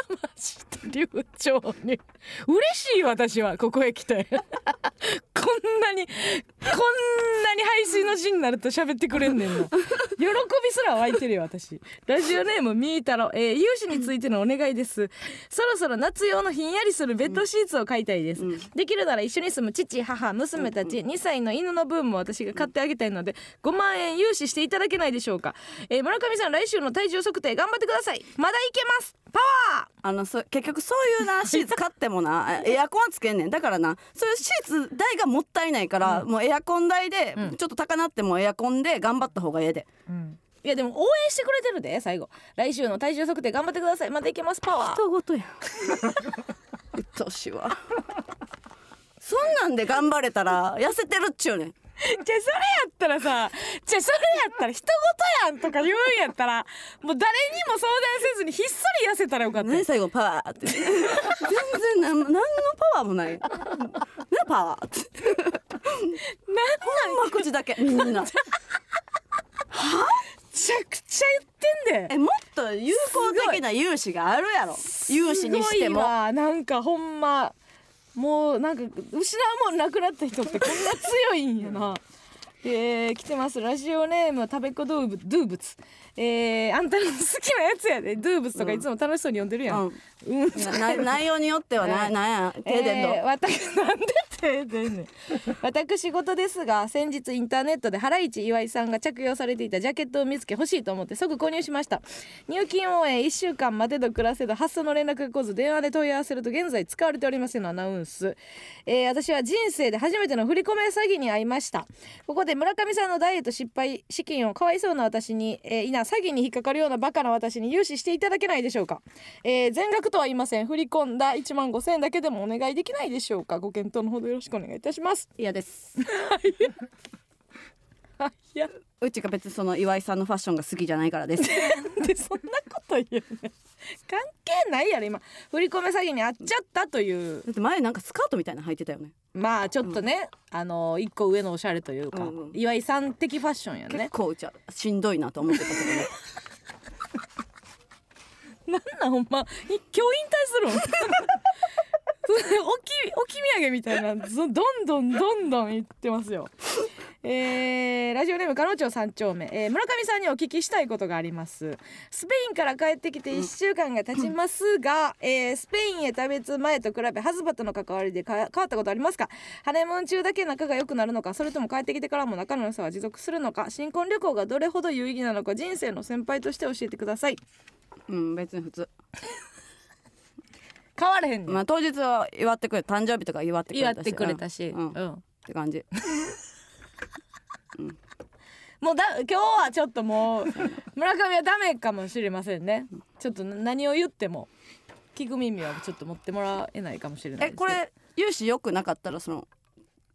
S2: マジで流暢に嬉しい私はここへ来てこんなにこんなに排水の字になると喋ってくれんねんな喜びすら湧いてるよ私ラジオネームみーたろう、えー、有志についてのお願いですそろそろ夏用のひんやりするベッドシーツを買いたいです、できるなら一緒に住む父母娘たち2歳の犬の分も私が買ってあげたいので5万円融資していただけないでしょうか、えー、村上さん来週の体重測定頑張ってくださいまだいけますパワー
S1: あのそ結局そういうなシーツ買ってもなエア コンはつけんねんだからなそういうシーツ代がもったいないから、もうエアコン代で、ちょっと高なってもエアコンで頑張った方がええで
S2: いやでも応援してくれてるで最後来週の体重測定頑張ってくださいまだいけますパワー
S1: 人ごとやん うっとうしいわそんなんで頑張れたら痩せてるっちゅうねん
S2: じゃあそれやったらさじゃあそれやったら人事やんとか言うんやったらもう誰にも相談せずにひっそり痩せたらよかった
S1: 何最後パワーって全然なん何のパワーもない何パワーってほんま口だけみんな
S2: めちゃくちゃ言ってんで
S1: えもっと有効的な融資があるやろ融資にして
S2: すごい
S1: も
S2: わなんかほんまもうなんか失うもんなくなった人ってこんな強いんやなえー、来てますラジオネーム食べっ子ドゥーブドゥーブツえー、あんたの好きなやつやでドゥーブツとかいつも楽しそうに呼んでるやん、
S1: うんなな内容によってはな、
S2: えー
S1: なんや停電の、
S2: えー私なんで停電 ねん私事ですが先日インターネットでハライチ岩井さんが着用されていたジャケットを見つけ欲しいと思って即購入しました入金応援1週間までと暮らせど発送の連絡が来ず電話で問い合わせると現在使われておりませんのアナウンス、えー私は人生で初めての振り込め詐欺に遭いましたここで村上さんのダイエット失敗資金をかわいそうな私に、えー、いな詐欺に引っかかるようなバカな私に融資していただけないでしょうか、えー全額とは言いません振り込んだ1万5000円だけでもお願いできないでしょうかご検討のほどよろしくお願いいたします
S1: 嫌です
S2: あいや
S1: うちが別にその岩井さんのファッションが好きじゃないからです
S2: なんでそんなこと言うね関係ないやろ今振り込め詐欺に遭っちゃったという
S1: だって前なんかスカートみたいなの履いてたよね
S2: まあちょっとね、あの一個上のおしゃれという
S1: う
S2: か、
S1: んうん
S2: 岩井さん的ファッションやね
S1: 結構うちはしんどいなと思ってたけどね
S2: なんなんほんまい今日引退するん そう置き置き土産みたいなそどんどんどんどんいってますよえーラジオネーム加納町三丁目、えー村上さんにお聞きしたいことがありますスペインから帰ってきて1週間が経ちますが、えースペインへ旅立つ前と比べハズバとの関わりでか変わったことありますかハネムーン中だけ仲が良くなるのかそれとも帰ってきてからも仲の良さは持続するのか新婚旅行がどれほど有意義なのか人生の先輩として教えてください
S1: うん別に普通
S2: 変われへんねん
S1: まあ当日は祝ってくれ誕生日とか祝ってくれ
S2: 祝った
S1: して
S2: くれたし、
S1: うんうんっ
S2: うん
S1: て感 じ
S2: もうだ今日はちょっともう 村上はダメかもしれませんねちょっとな何を言っても聞く耳はちょっと持ってもらえないかもしれない
S1: え
S2: ですけ
S1: こ
S2: ど
S1: れ融資良くなかったらその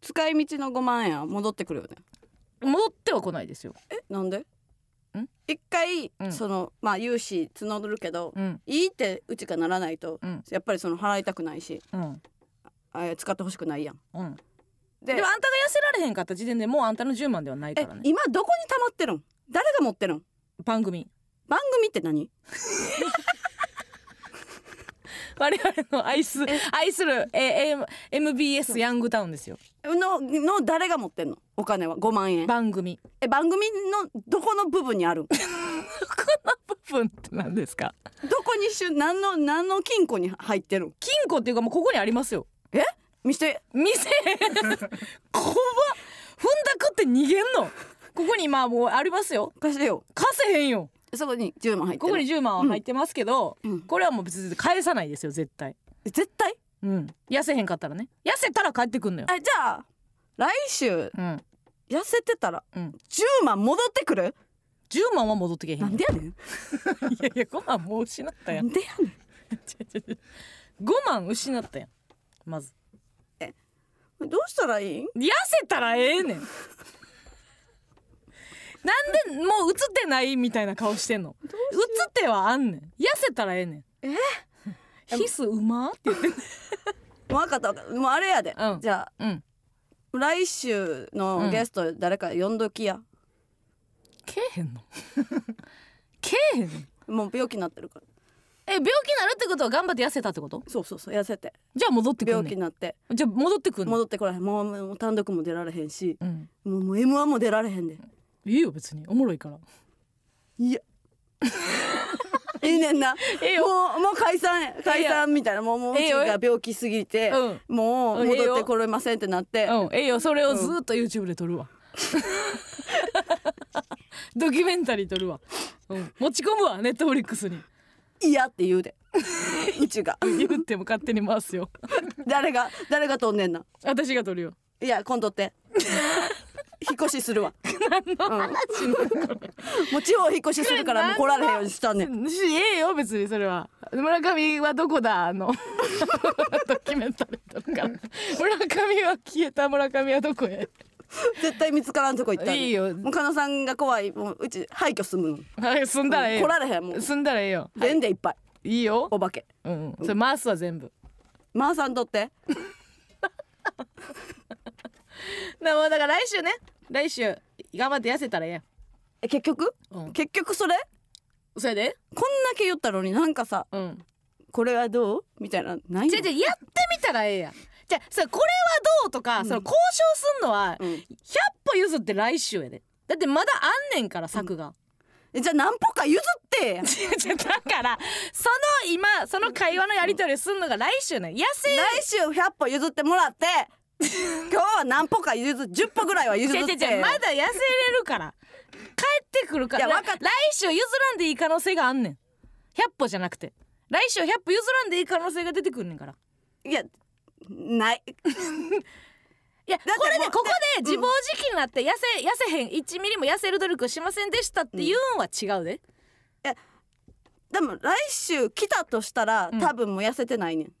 S1: 使い道の5万円は戻ってくるよね
S2: 戻っては来ないですよ、
S1: えなんで一回、
S2: うん
S1: そのまあ融資募るけど、
S2: うん
S1: いいってうちがならないと、
S2: うん
S1: やっぱりその払いたくないし
S2: うん
S1: あ使ってほしくないやん
S2: うん、
S1: で
S2: でもあんたが痩せられへんかった時点でもうあんたの10万ではないか
S1: え
S2: らね
S1: 今どこに溜まってるん誰が持ってるん
S2: 番組
S1: 番組って何
S2: 我々の愛す愛するええ MBS ヤングタウンですよ
S1: のの誰が持ってんのお金は5万円
S2: 番 組こ
S1: え番組のどこの部分にあるん
S2: の部分って何ですか
S1: どこにしゅ何の何の金庫に入ってるん
S2: 金庫っていうかもうここにありますよ
S1: え見して
S2: 店こば踏んだくって逃げんのここにまあもうありますよ
S1: 貸してよ
S2: 貸せへんよ
S1: そこに10万入って
S2: こ
S1: る
S2: こに10万は入ってますけど、
S1: うん
S2: これはもう別に返さないですよ絶対
S1: 絶対
S2: うん痩せへんかったらね痩せたら帰ってくんのよ
S1: あじゃあ来週
S2: うん
S1: 痩せてたら
S2: うん
S1: 10万戻ってくる
S2: 10万は戻ってけへん
S1: なん
S2: い
S1: でやねん
S2: やいや5万もう失ったや
S1: なんんでやねん
S2: 5万失ったやんまず
S1: どうしたらいいん
S2: 痩せたらええねんなんでもう映ってないみたいな顔してんの映ってはあんねん痩せたらええねんえヒスうまって言ってんね
S1: 分かった分かったもうあれやで、
S2: うん
S1: じゃあ
S2: うん
S1: 来週のゲスト誰か呼んどきや、
S2: けえへんのけえへんの
S1: もう病気になってるから
S2: え病気になるってことは頑張って痩せたってこと
S1: そうそうそう痩せて
S2: じゃあ戻ってくん
S1: 病
S2: ね
S1: 気に
S2: ん
S1: なって
S2: じゃあ戻ってくんねん
S1: 戻ってこらへんもうもう単独も出られへんし
S2: うん
S1: もうもう m 1も出られへんで
S2: いいよ別におもろいから
S1: いやいいねんな
S2: ええよ
S1: もうもう解散や解散みたいなもうもうう
S2: ええ
S1: ち
S2: よ
S1: が病気すぎて、
S2: うん
S1: もう
S2: ええよ
S1: 戻ってこれませんってなって、
S2: うんええよそれをずーっと YouTube で撮 るわ、ドキュメンタリー撮るわ、うん、持ち込むわネットフリックスに
S1: いやって言うでうち が
S2: 言っても勝手に回す よ
S1: 誰が誰が飛んねんな
S2: 私が撮るよ
S1: いや今度って 引っ越しするわうんもう地方引っ越しするからもう来られへんようにしたねん
S2: しええよ別にそれは村上はどこだあのドキュメンタリー撮るから村上は消えた村上はどこへ
S1: 絶対見つからんとこ行ったら
S2: いいよ
S1: もう加納さんが怖いもううち廃墟住むの
S2: はい住んだらええよ
S1: 来られへんもう
S2: 住んだらええよ
S1: でんでいっぱい
S2: いいよ
S1: お化け
S2: うんそれ回すわ全部
S1: まーさんとって
S2: なもうだから来週ね来週頑張って痩せたらええやん
S1: え結局、
S2: うん
S1: 結局それ
S2: それで
S1: こんだけ言ったのになんかさ
S2: うん
S1: これはどうみたいなないの
S2: じゃじゃやってみたらええやんじゃあさこれはどうとか、その交渉すんのは
S1: うん
S2: 100歩譲って来週やでだってまだあんねんから策が、
S1: えじゃあ何歩か譲ってや
S2: 違う違うだからその今その会話のやり取りをすんのが来週ね痩せよ
S1: 来週100歩譲ってもらって今日は何歩か譲って10歩ぐらいは譲
S2: 違う
S1: っ
S2: 違う
S1: て
S2: 違うまだ痩せれるから帰ってくるから
S1: いやわかっ
S2: 来週譲らんでいい可能性があんねん100歩じゃなくて来週100歩譲らんでいい可能性が出てくんねんから
S1: いやない
S2: いやこ
S1: だって
S2: れで
S1: もう
S2: ここで自暴自棄になって痩せ痩せへん1ミリも痩せる努力をしませんでしたっていうんは違うで、
S1: でも来週来たとしたら
S2: うん
S1: 多分もう痩せてないねん、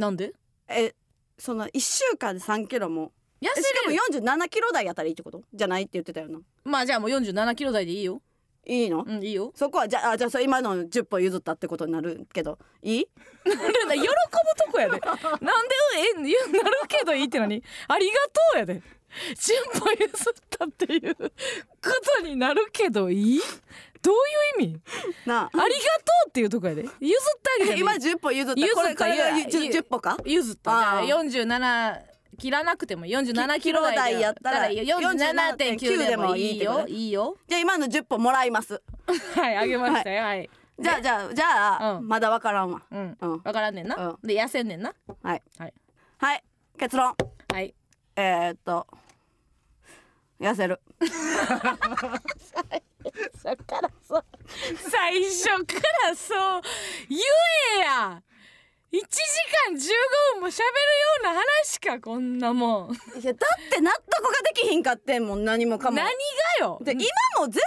S2: なんで
S1: えその1週間で3キロもえ
S2: 痩せ
S1: しかも
S2: れる
S1: 47キロ台やったらいいってことじゃないって言ってたよな
S2: まあじゃあもう47キロ台でいいよ
S1: いいの、
S2: うんいいよ
S1: そこはじゃああじゃあそれ今の10歩譲ったってことになるけどいい
S2: 喜ぶとこやでなんでうんえ言うなるけどいいってのにありがとうやで順歩譲ったっていうことになるけどいいどういう意味
S1: な
S2: ありがとうっていうとこやで譲ってあげ
S1: あ
S2: て
S1: 今10歩譲った
S2: 譲った
S1: これこれが
S2: いや
S1: じゅ 10, 歩か
S2: 譲った
S1: ああ
S2: 47切らなくても47キロ台
S1: キロ台やったら
S2: 47.9でもいい
S1: でもいいってこ
S2: よ
S1: と
S2: いいよ
S1: じゃあ今の10歩もらいます
S2: はいあげましたよはい
S1: じゃあじゃあじゃあ、
S2: うん
S1: まだわからんわ
S2: うん
S1: うん
S2: わからんねんなで痩せんねんな
S1: はい
S2: はい
S1: はい結論
S2: はい
S1: えー、っと痩 せる
S2: だからそう最初からそう言えや1時間15分も喋るような話かこんなもん
S1: いやだって納得ができひんかってんもん何もかも
S2: 何がよ
S1: で今も全然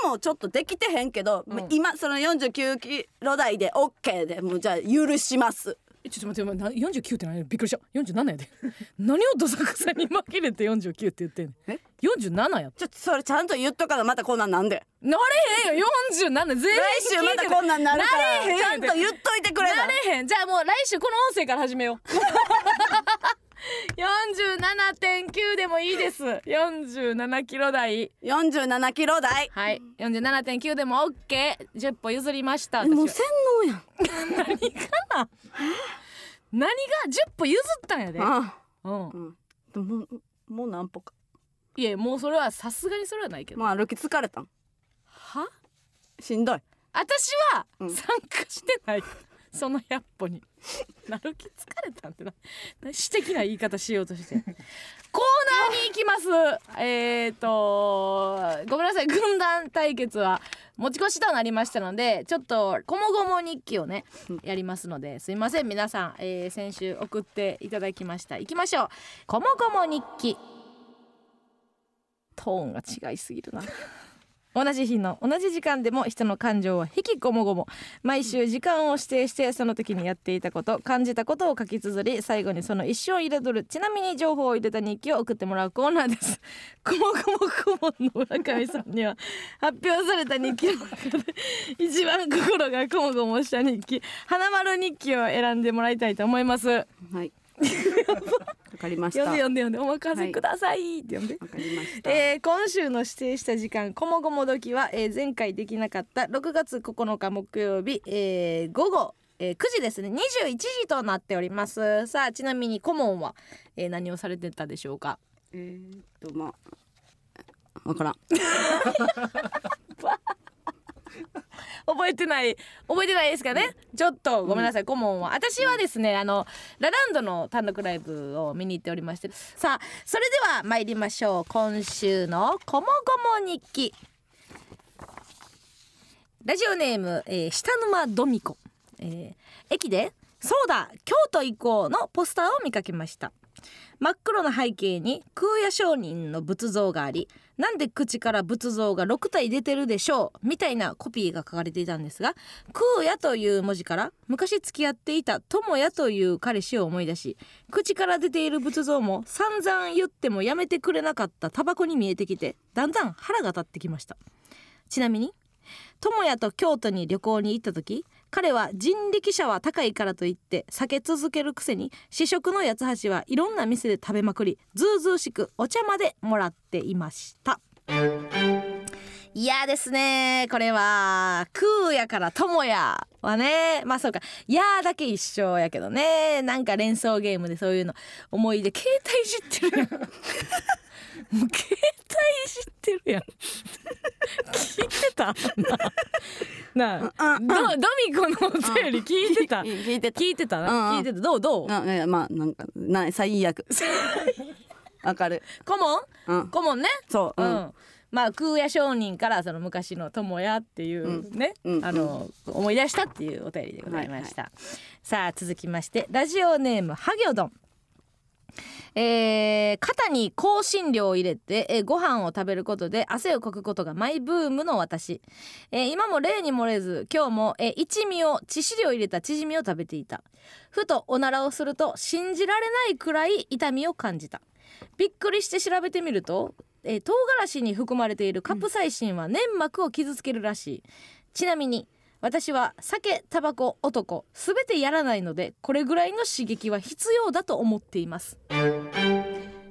S1: 今もちょっとできてへんけど、
S2: うん
S1: 今その49キロ台で OK でもうじゃあ許します
S2: えちょっと待ってお前な49って何びっくりした47やで 何をどさくさに紛れて49って言ってんねん
S1: え
S2: 47やって
S1: ちょっとそれちゃんと言っとかなまたこんなんなんで
S2: なれへんよ47全員
S1: 来週またこんなんなるから
S2: なれへん
S1: ちゃんと言っといてくれ
S2: な
S1: な
S2: れへんじゃあもう来週この音声から始めよう 47.9でもいいです47キロ台
S1: 47キロ台
S2: はい47.9でも OK10 歩譲りました私は
S1: もう洗脳やん
S2: 何が10歩譲ったんやで、
S1: あ
S2: うん
S1: あ、、うん、でももうもう何歩か
S2: いやもうそれはさすがにそれはないけど、
S1: まあ歩き疲れたん
S2: は
S1: しんどい
S2: 私は
S1: う
S2: 参
S1: ん
S2: 加して ない、その100歩になるき疲れたんってなな私的な言い方しようとしてコーナーに行きますえっとごめんなさい軍団対決は持ち越しとなりましたのでちょっとこもごも日記をねやりますのですいません皆さん、えー先週送っていただきました行きましょうこもごも日記トーンが違いすぎるな同じ日の同じ時間でも人の感情は引きこもごも毎週時間を指定してその時にやっていたこと感じたことを書き綴り最後にその一生を彩るちなみに情報を入れた日記を送ってもらうコーナーです こもこもこもの村上さんには発表された日記の中で一番心がこもごもした日記花丸日記を選んでもらいたいと思います
S1: はいわかりました
S2: 読んで読んで読んでお任
S1: は
S2: せ
S1: い
S2: くださいって読んで、
S1: わかりました、
S2: えー今週の指定した時間「こもごもどきは」えー前回できなかった6月9日木曜日、えー午後、えー9時ですね21時となっておりますさあちなみに顧問は、えー何をされてたでしょうか
S1: えーっとまあわからん
S2: 覚えてない覚えてないですかね、ちょっとごめんなさい、顧問は私はですねあのラランドの単独ライブを見に行っておりましてさあそれでは参りましょう今週の「こもごも日記」ラジオネーム、えー下沼ドミコ、えー駅で「そうだ京都行こう」のポスターを見かけました真っ黒な背景に空也上人の仏像がありなんで口から仏像が6体出てるでしょうみたいなコピーが書かれていたんですが空也という文字から昔付き合っていた友也という彼氏を思い出し口から出ている仏像も散々言ってもやめてくれなかったタバコに見えてきてだんだん腹が立ってきましたちなみに友也と京都に旅行に行った時彼は人力車は高いからといって避け続けるくせに試食の八つ橋はいろんな店で食べまくりずうずうしくお茶までもらっていましたいやですねこれは空やから友やはねまあそうか「や」だけ一緒やけどねなんか連想ゲームでそういうの思い出携帯いじってるやんもう携帯いじってるやん聞いてたななあドドミコのお便り聞いてた
S1: い聞いてた
S2: 聞いてた
S1: うんうん
S2: 聞いてたどうどう
S1: なねまあなんかない最悪 わかる
S2: 顧問
S1: うん
S2: 顧問ね
S1: そう
S2: う、
S1: うんん
S2: まあ空也上人からその昔の友也っていうね、
S1: うん
S2: あの思い出したっていうお便りでございました、さあ続きましてラジオネームハギョドンえー肩に香辛料を入れて、えーご飯を食べることで汗をかくことがマイブームの私、えー今も例に漏れず今日も、えー一味を致死量入れたチヂミを食べていたふとおならをすると信じられないくらい痛みを感じたびっくりして調べてみると、えー唐辛子に含まれているカプサイシンは粘膜を傷つけるらしい、ちなみに私は酒タバコ男すべてやらないのでこれぐらいの刺激は必要だと思っています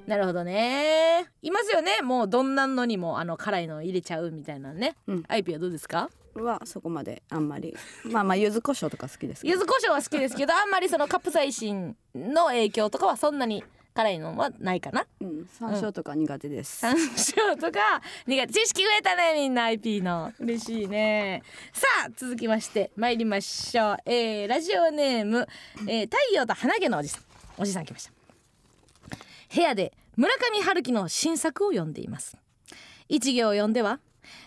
S2: なるほどねいますよねもうどんなのにもあの辛いの入れちゃうみたいなね、
S1: うん
S2: アイピはどうですか
S1: これはそこまであんまりまあまあ柚子胡椒とか好きですけ
S2: 柚
S1: ど
S2: 子胡椒は好きですけどあんまりそのカプサイシンの影響とかはそんなに辛いのはないかな
S1: うん山椒とか苦手です
S2: 山椒とか苦手知識増えたねみんな IP の嬉しいねさあ続きまして参りましょう、えーラジオネーム、えー太陽と花毛のおじさんおじさん来ました部屋で村上春樹の新作を読んでいます一行読んでは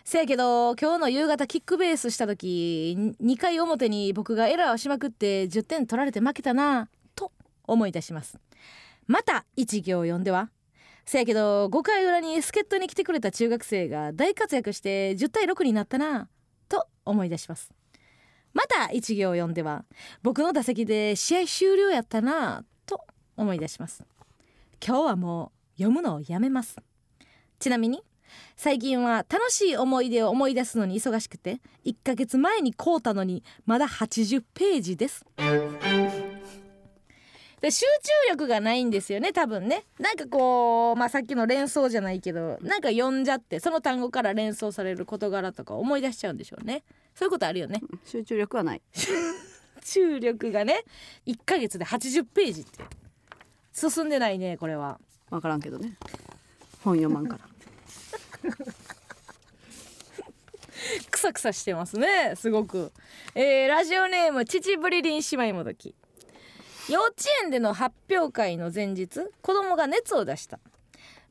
S2: せやけど今日の夕方キックベースした時2回表に僕がエラーをしまくって10点取られて負けたなと思い出しますまた一行読んではせやけど5回裏に助っ人に来てくれた中学生が大活躍して10対6になったなと思い出しますまた一行読んでは僕の打席で試合終了やったなと思い出します今日はもう読むのをやめますちなみに最近は楽しい思い出を思い出すのに忙しくて1ヶ月前に買うたのにまだ80ページですで集中力がないんですよね多分ねなんかこう、まあ、さっきの連想じゃないけどなんか読んじゃってその単語から連想される事柄とか思い出しちゃうんでしょうねそういうことあるよね
S1: 集中力はない
S2: 注力がね1ヶ月で80ページって進んでないねこれは
S1: わからんけどね本読まんから
S2: クサクサしてますねすごく、えーラジオネーム父ぶりりん姉妹もどき幼稚園での発表会の前日子供が熱を出した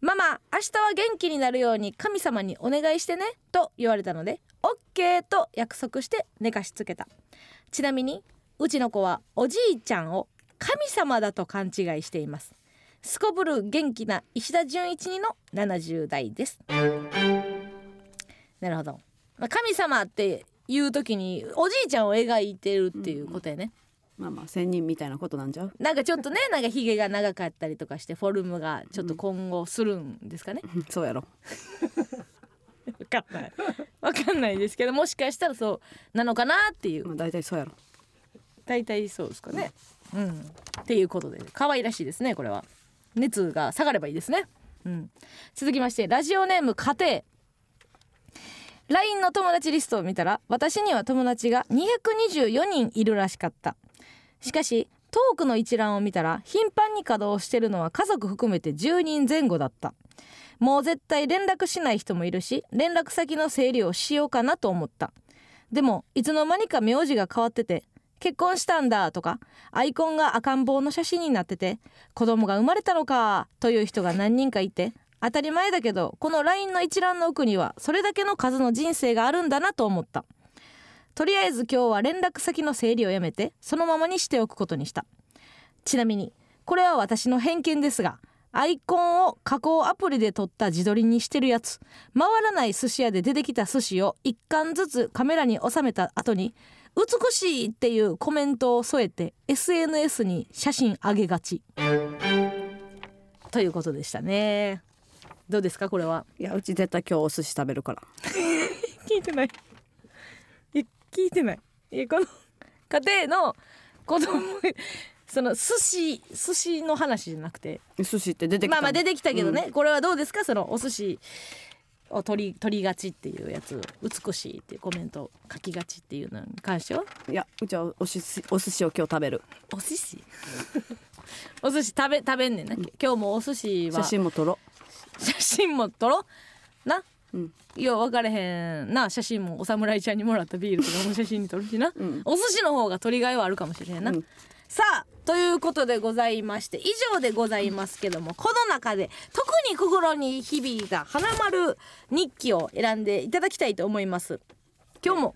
S2: ママ明日は元気になるように神様にお願いしてねと言われたのでオッケーと約束して寝かしつけたちなみにうちの子はおじいちゃんを神様だと勘違いしていますすこぶる元気な石田純一にの70代ですなるほど、まあ、神様っていう時におじいちゃんを描いてるっていうことやね、
S1: まあまあ仙人みたいなことなんじゃう
S2: なんかちょっとね なんかひげが長かったりとかしてフォルムがちょっと今後するんです かね、
S1: うんそうやろ
S2: 分かん ない分かんないですけどもしかしたらそうなのかなっていう
S1: まあ大体そうやろ
S2: 大体そうですかねうんっていうことで可愛らしいですねこれは熱が下がればいいですね、うん、続きましてラジオネーム家庭 LINE の友達リストを見たら私には友達が224人いるらしかったしかしトークの一覧を見たら頻繁に稼働してるのは家族含めて10人前後だったもう絶対連絡しない人もいるし連絡先の整理をしようかなと思ったでもいつの間にか名字が変わってて「結婚したんだ」とかアイコンが赤ん坊の写真になってて「子供が生まれたのか」という人が何人かいて当たり前だけどこの LINE の一覧の奥にはそれだけの数の人生があるんだなと思ったとりあえず今日は連絡先の整理をやめてそのままにしておくことにしたちなみにこれは私の偏見ですがアイコンを加工アプリで撮った自撮りにしてるやつ回らない寿司屋で出てきた寿司を一貫ずつカメラに収めた後に「美しい!」っていうコメントを添えて SNS に写真上げがちということでしたねどうですかこれはい
S1: やうち絶対今日お寿司食べるから
S2: 聞いてないいや聞いてないいやこの家庭の子供その寿司寿司の話じゃなくて
S1: 寿司って出てきた
S2: まあまあ出
S1: て
S2: てきたけどね、これはどうですかそのお寿司を取り取りがちっていうやつ美しいっていうコメントを書きがちっていうのに関してはい
S1: やうちはお寿司お寿司を今日食べる
S2: お 寿司お寿司食べ食べんねんな、今日もお寿司は
S1: 写真も撮ろ
S2: 写真も撮ろうな、
S1: うん
S2: よう分かれへんな写真もお侍ちゃんにもらったビールとかも写真に撮るしな、
S1: ん
S2: お寿司の方が撮りがいはあるかもしれへんな、
S1: うん
S2: さあということでございまして以上でございますけどもこの中で特に心に響いた花丸日記を選んでいただきたいと思います今日も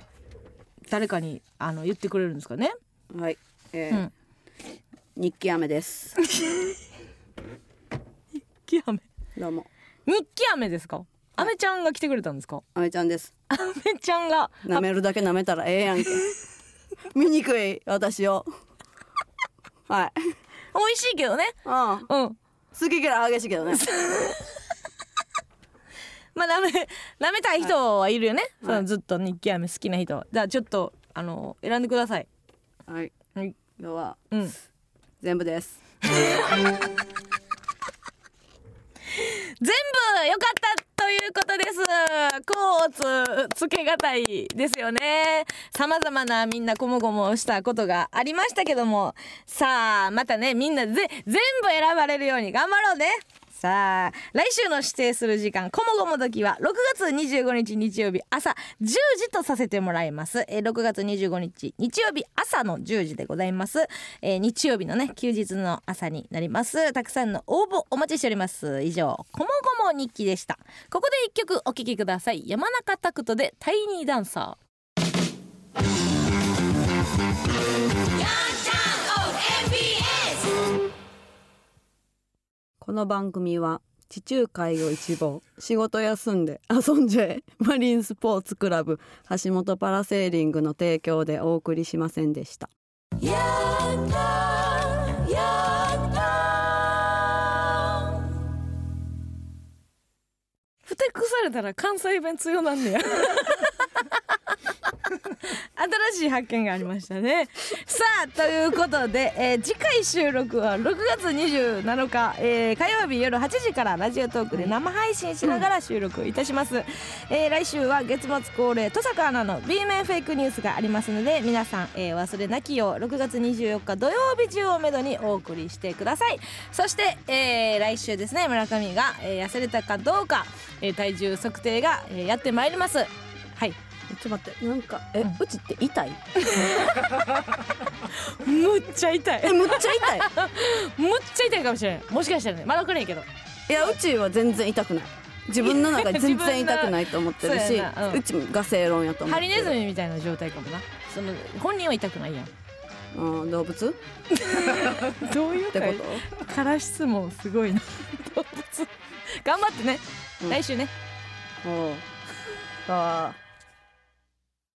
S2: 誰かにあの言ってくれるんですかね
S1: うはい、え
S2: う
S1: ー
S2: ん
S1: 日記雨 です
S2: 日記雨
S1: どうも
S2: 日記雨ですかアメちゃんが来てくれたんですか
S1: 雨ちゃんです
S2: アメちゃんが
S1: 舐めるだけ舐めたらええやんけ 見にくい私をはい
S2: 美味しいけどね
S1: うん
S2: うん
S1: 好き嫌い激しいけど ね
S2: まあ舐め 舐めたい人はいるよね、そのずっと日記飴好きな人はじゃあちょっとあの選んでください
S1: はい
S2: はい
S1: 今日は
S2: うん
S1: 全部です
S2: 全部良かったということですコーツつけがたいですよね様々なみんなこもごもしたことがありましたけどもさあまたねみんなぜ全部選ばれるように頑張ろうねさあ来週の指定する時間「こもごも時」は6月25日日曜日朝10時とさせてもらいます、えー6月25日日曜日朝の10時でございます、えー日曜日のね休日の朝になりますたくさんの応募お待ちしております以上「こもごも日記」でしたここで一曲お聴きください山中拓人で「タイニーダンサー」
S1: この番組は地中海を一望仕事休んで遊んじゃえマリンスポーツクラブ橋本パラセーリングの提供でお送りしませんでした
S2: ふてくされたら関西弁強なんねや 新しい発見がありましたねさあということで、えー次回収録は6月27日、えー火曜日夜8時からラジオトークで生配信しながら収録いたします、えー来週は月末恒例登坂アナの B 面フェイクニュースがありますので皆さん、えー忘れなきよう6月24日土曜日中をめどにお送りしてくださいそして、えー来週ですね村上が、えー痩せれたかどうか、えー体重測定が、えーやってまいりますはい
S1: ちょっと待ってなんかえ、
S2: う
S1: うんちって痛い
S2: むっちゃ痛い
S1: えむっちゃ痛い
S2: むっちゃ痛いかもしれんもしかしたらねまだ来れへんけど
S1: いやうちは全然痛くない自分の中で全然痛くないと思ってる
S2: そう
S1: し
S2: やなうん
S1: うちが正論やと思っ
S2: ハ
S1: て
S2: リ
S1: る
S2: ネズミみたいな状態かもなその本人は痛くないやん
S1: うん動物っ
S2: どういう
S1: てこと
S2: から質問すご いな動物頑張ってね、
S1: うん
S2: 来週ね
S1: おうあー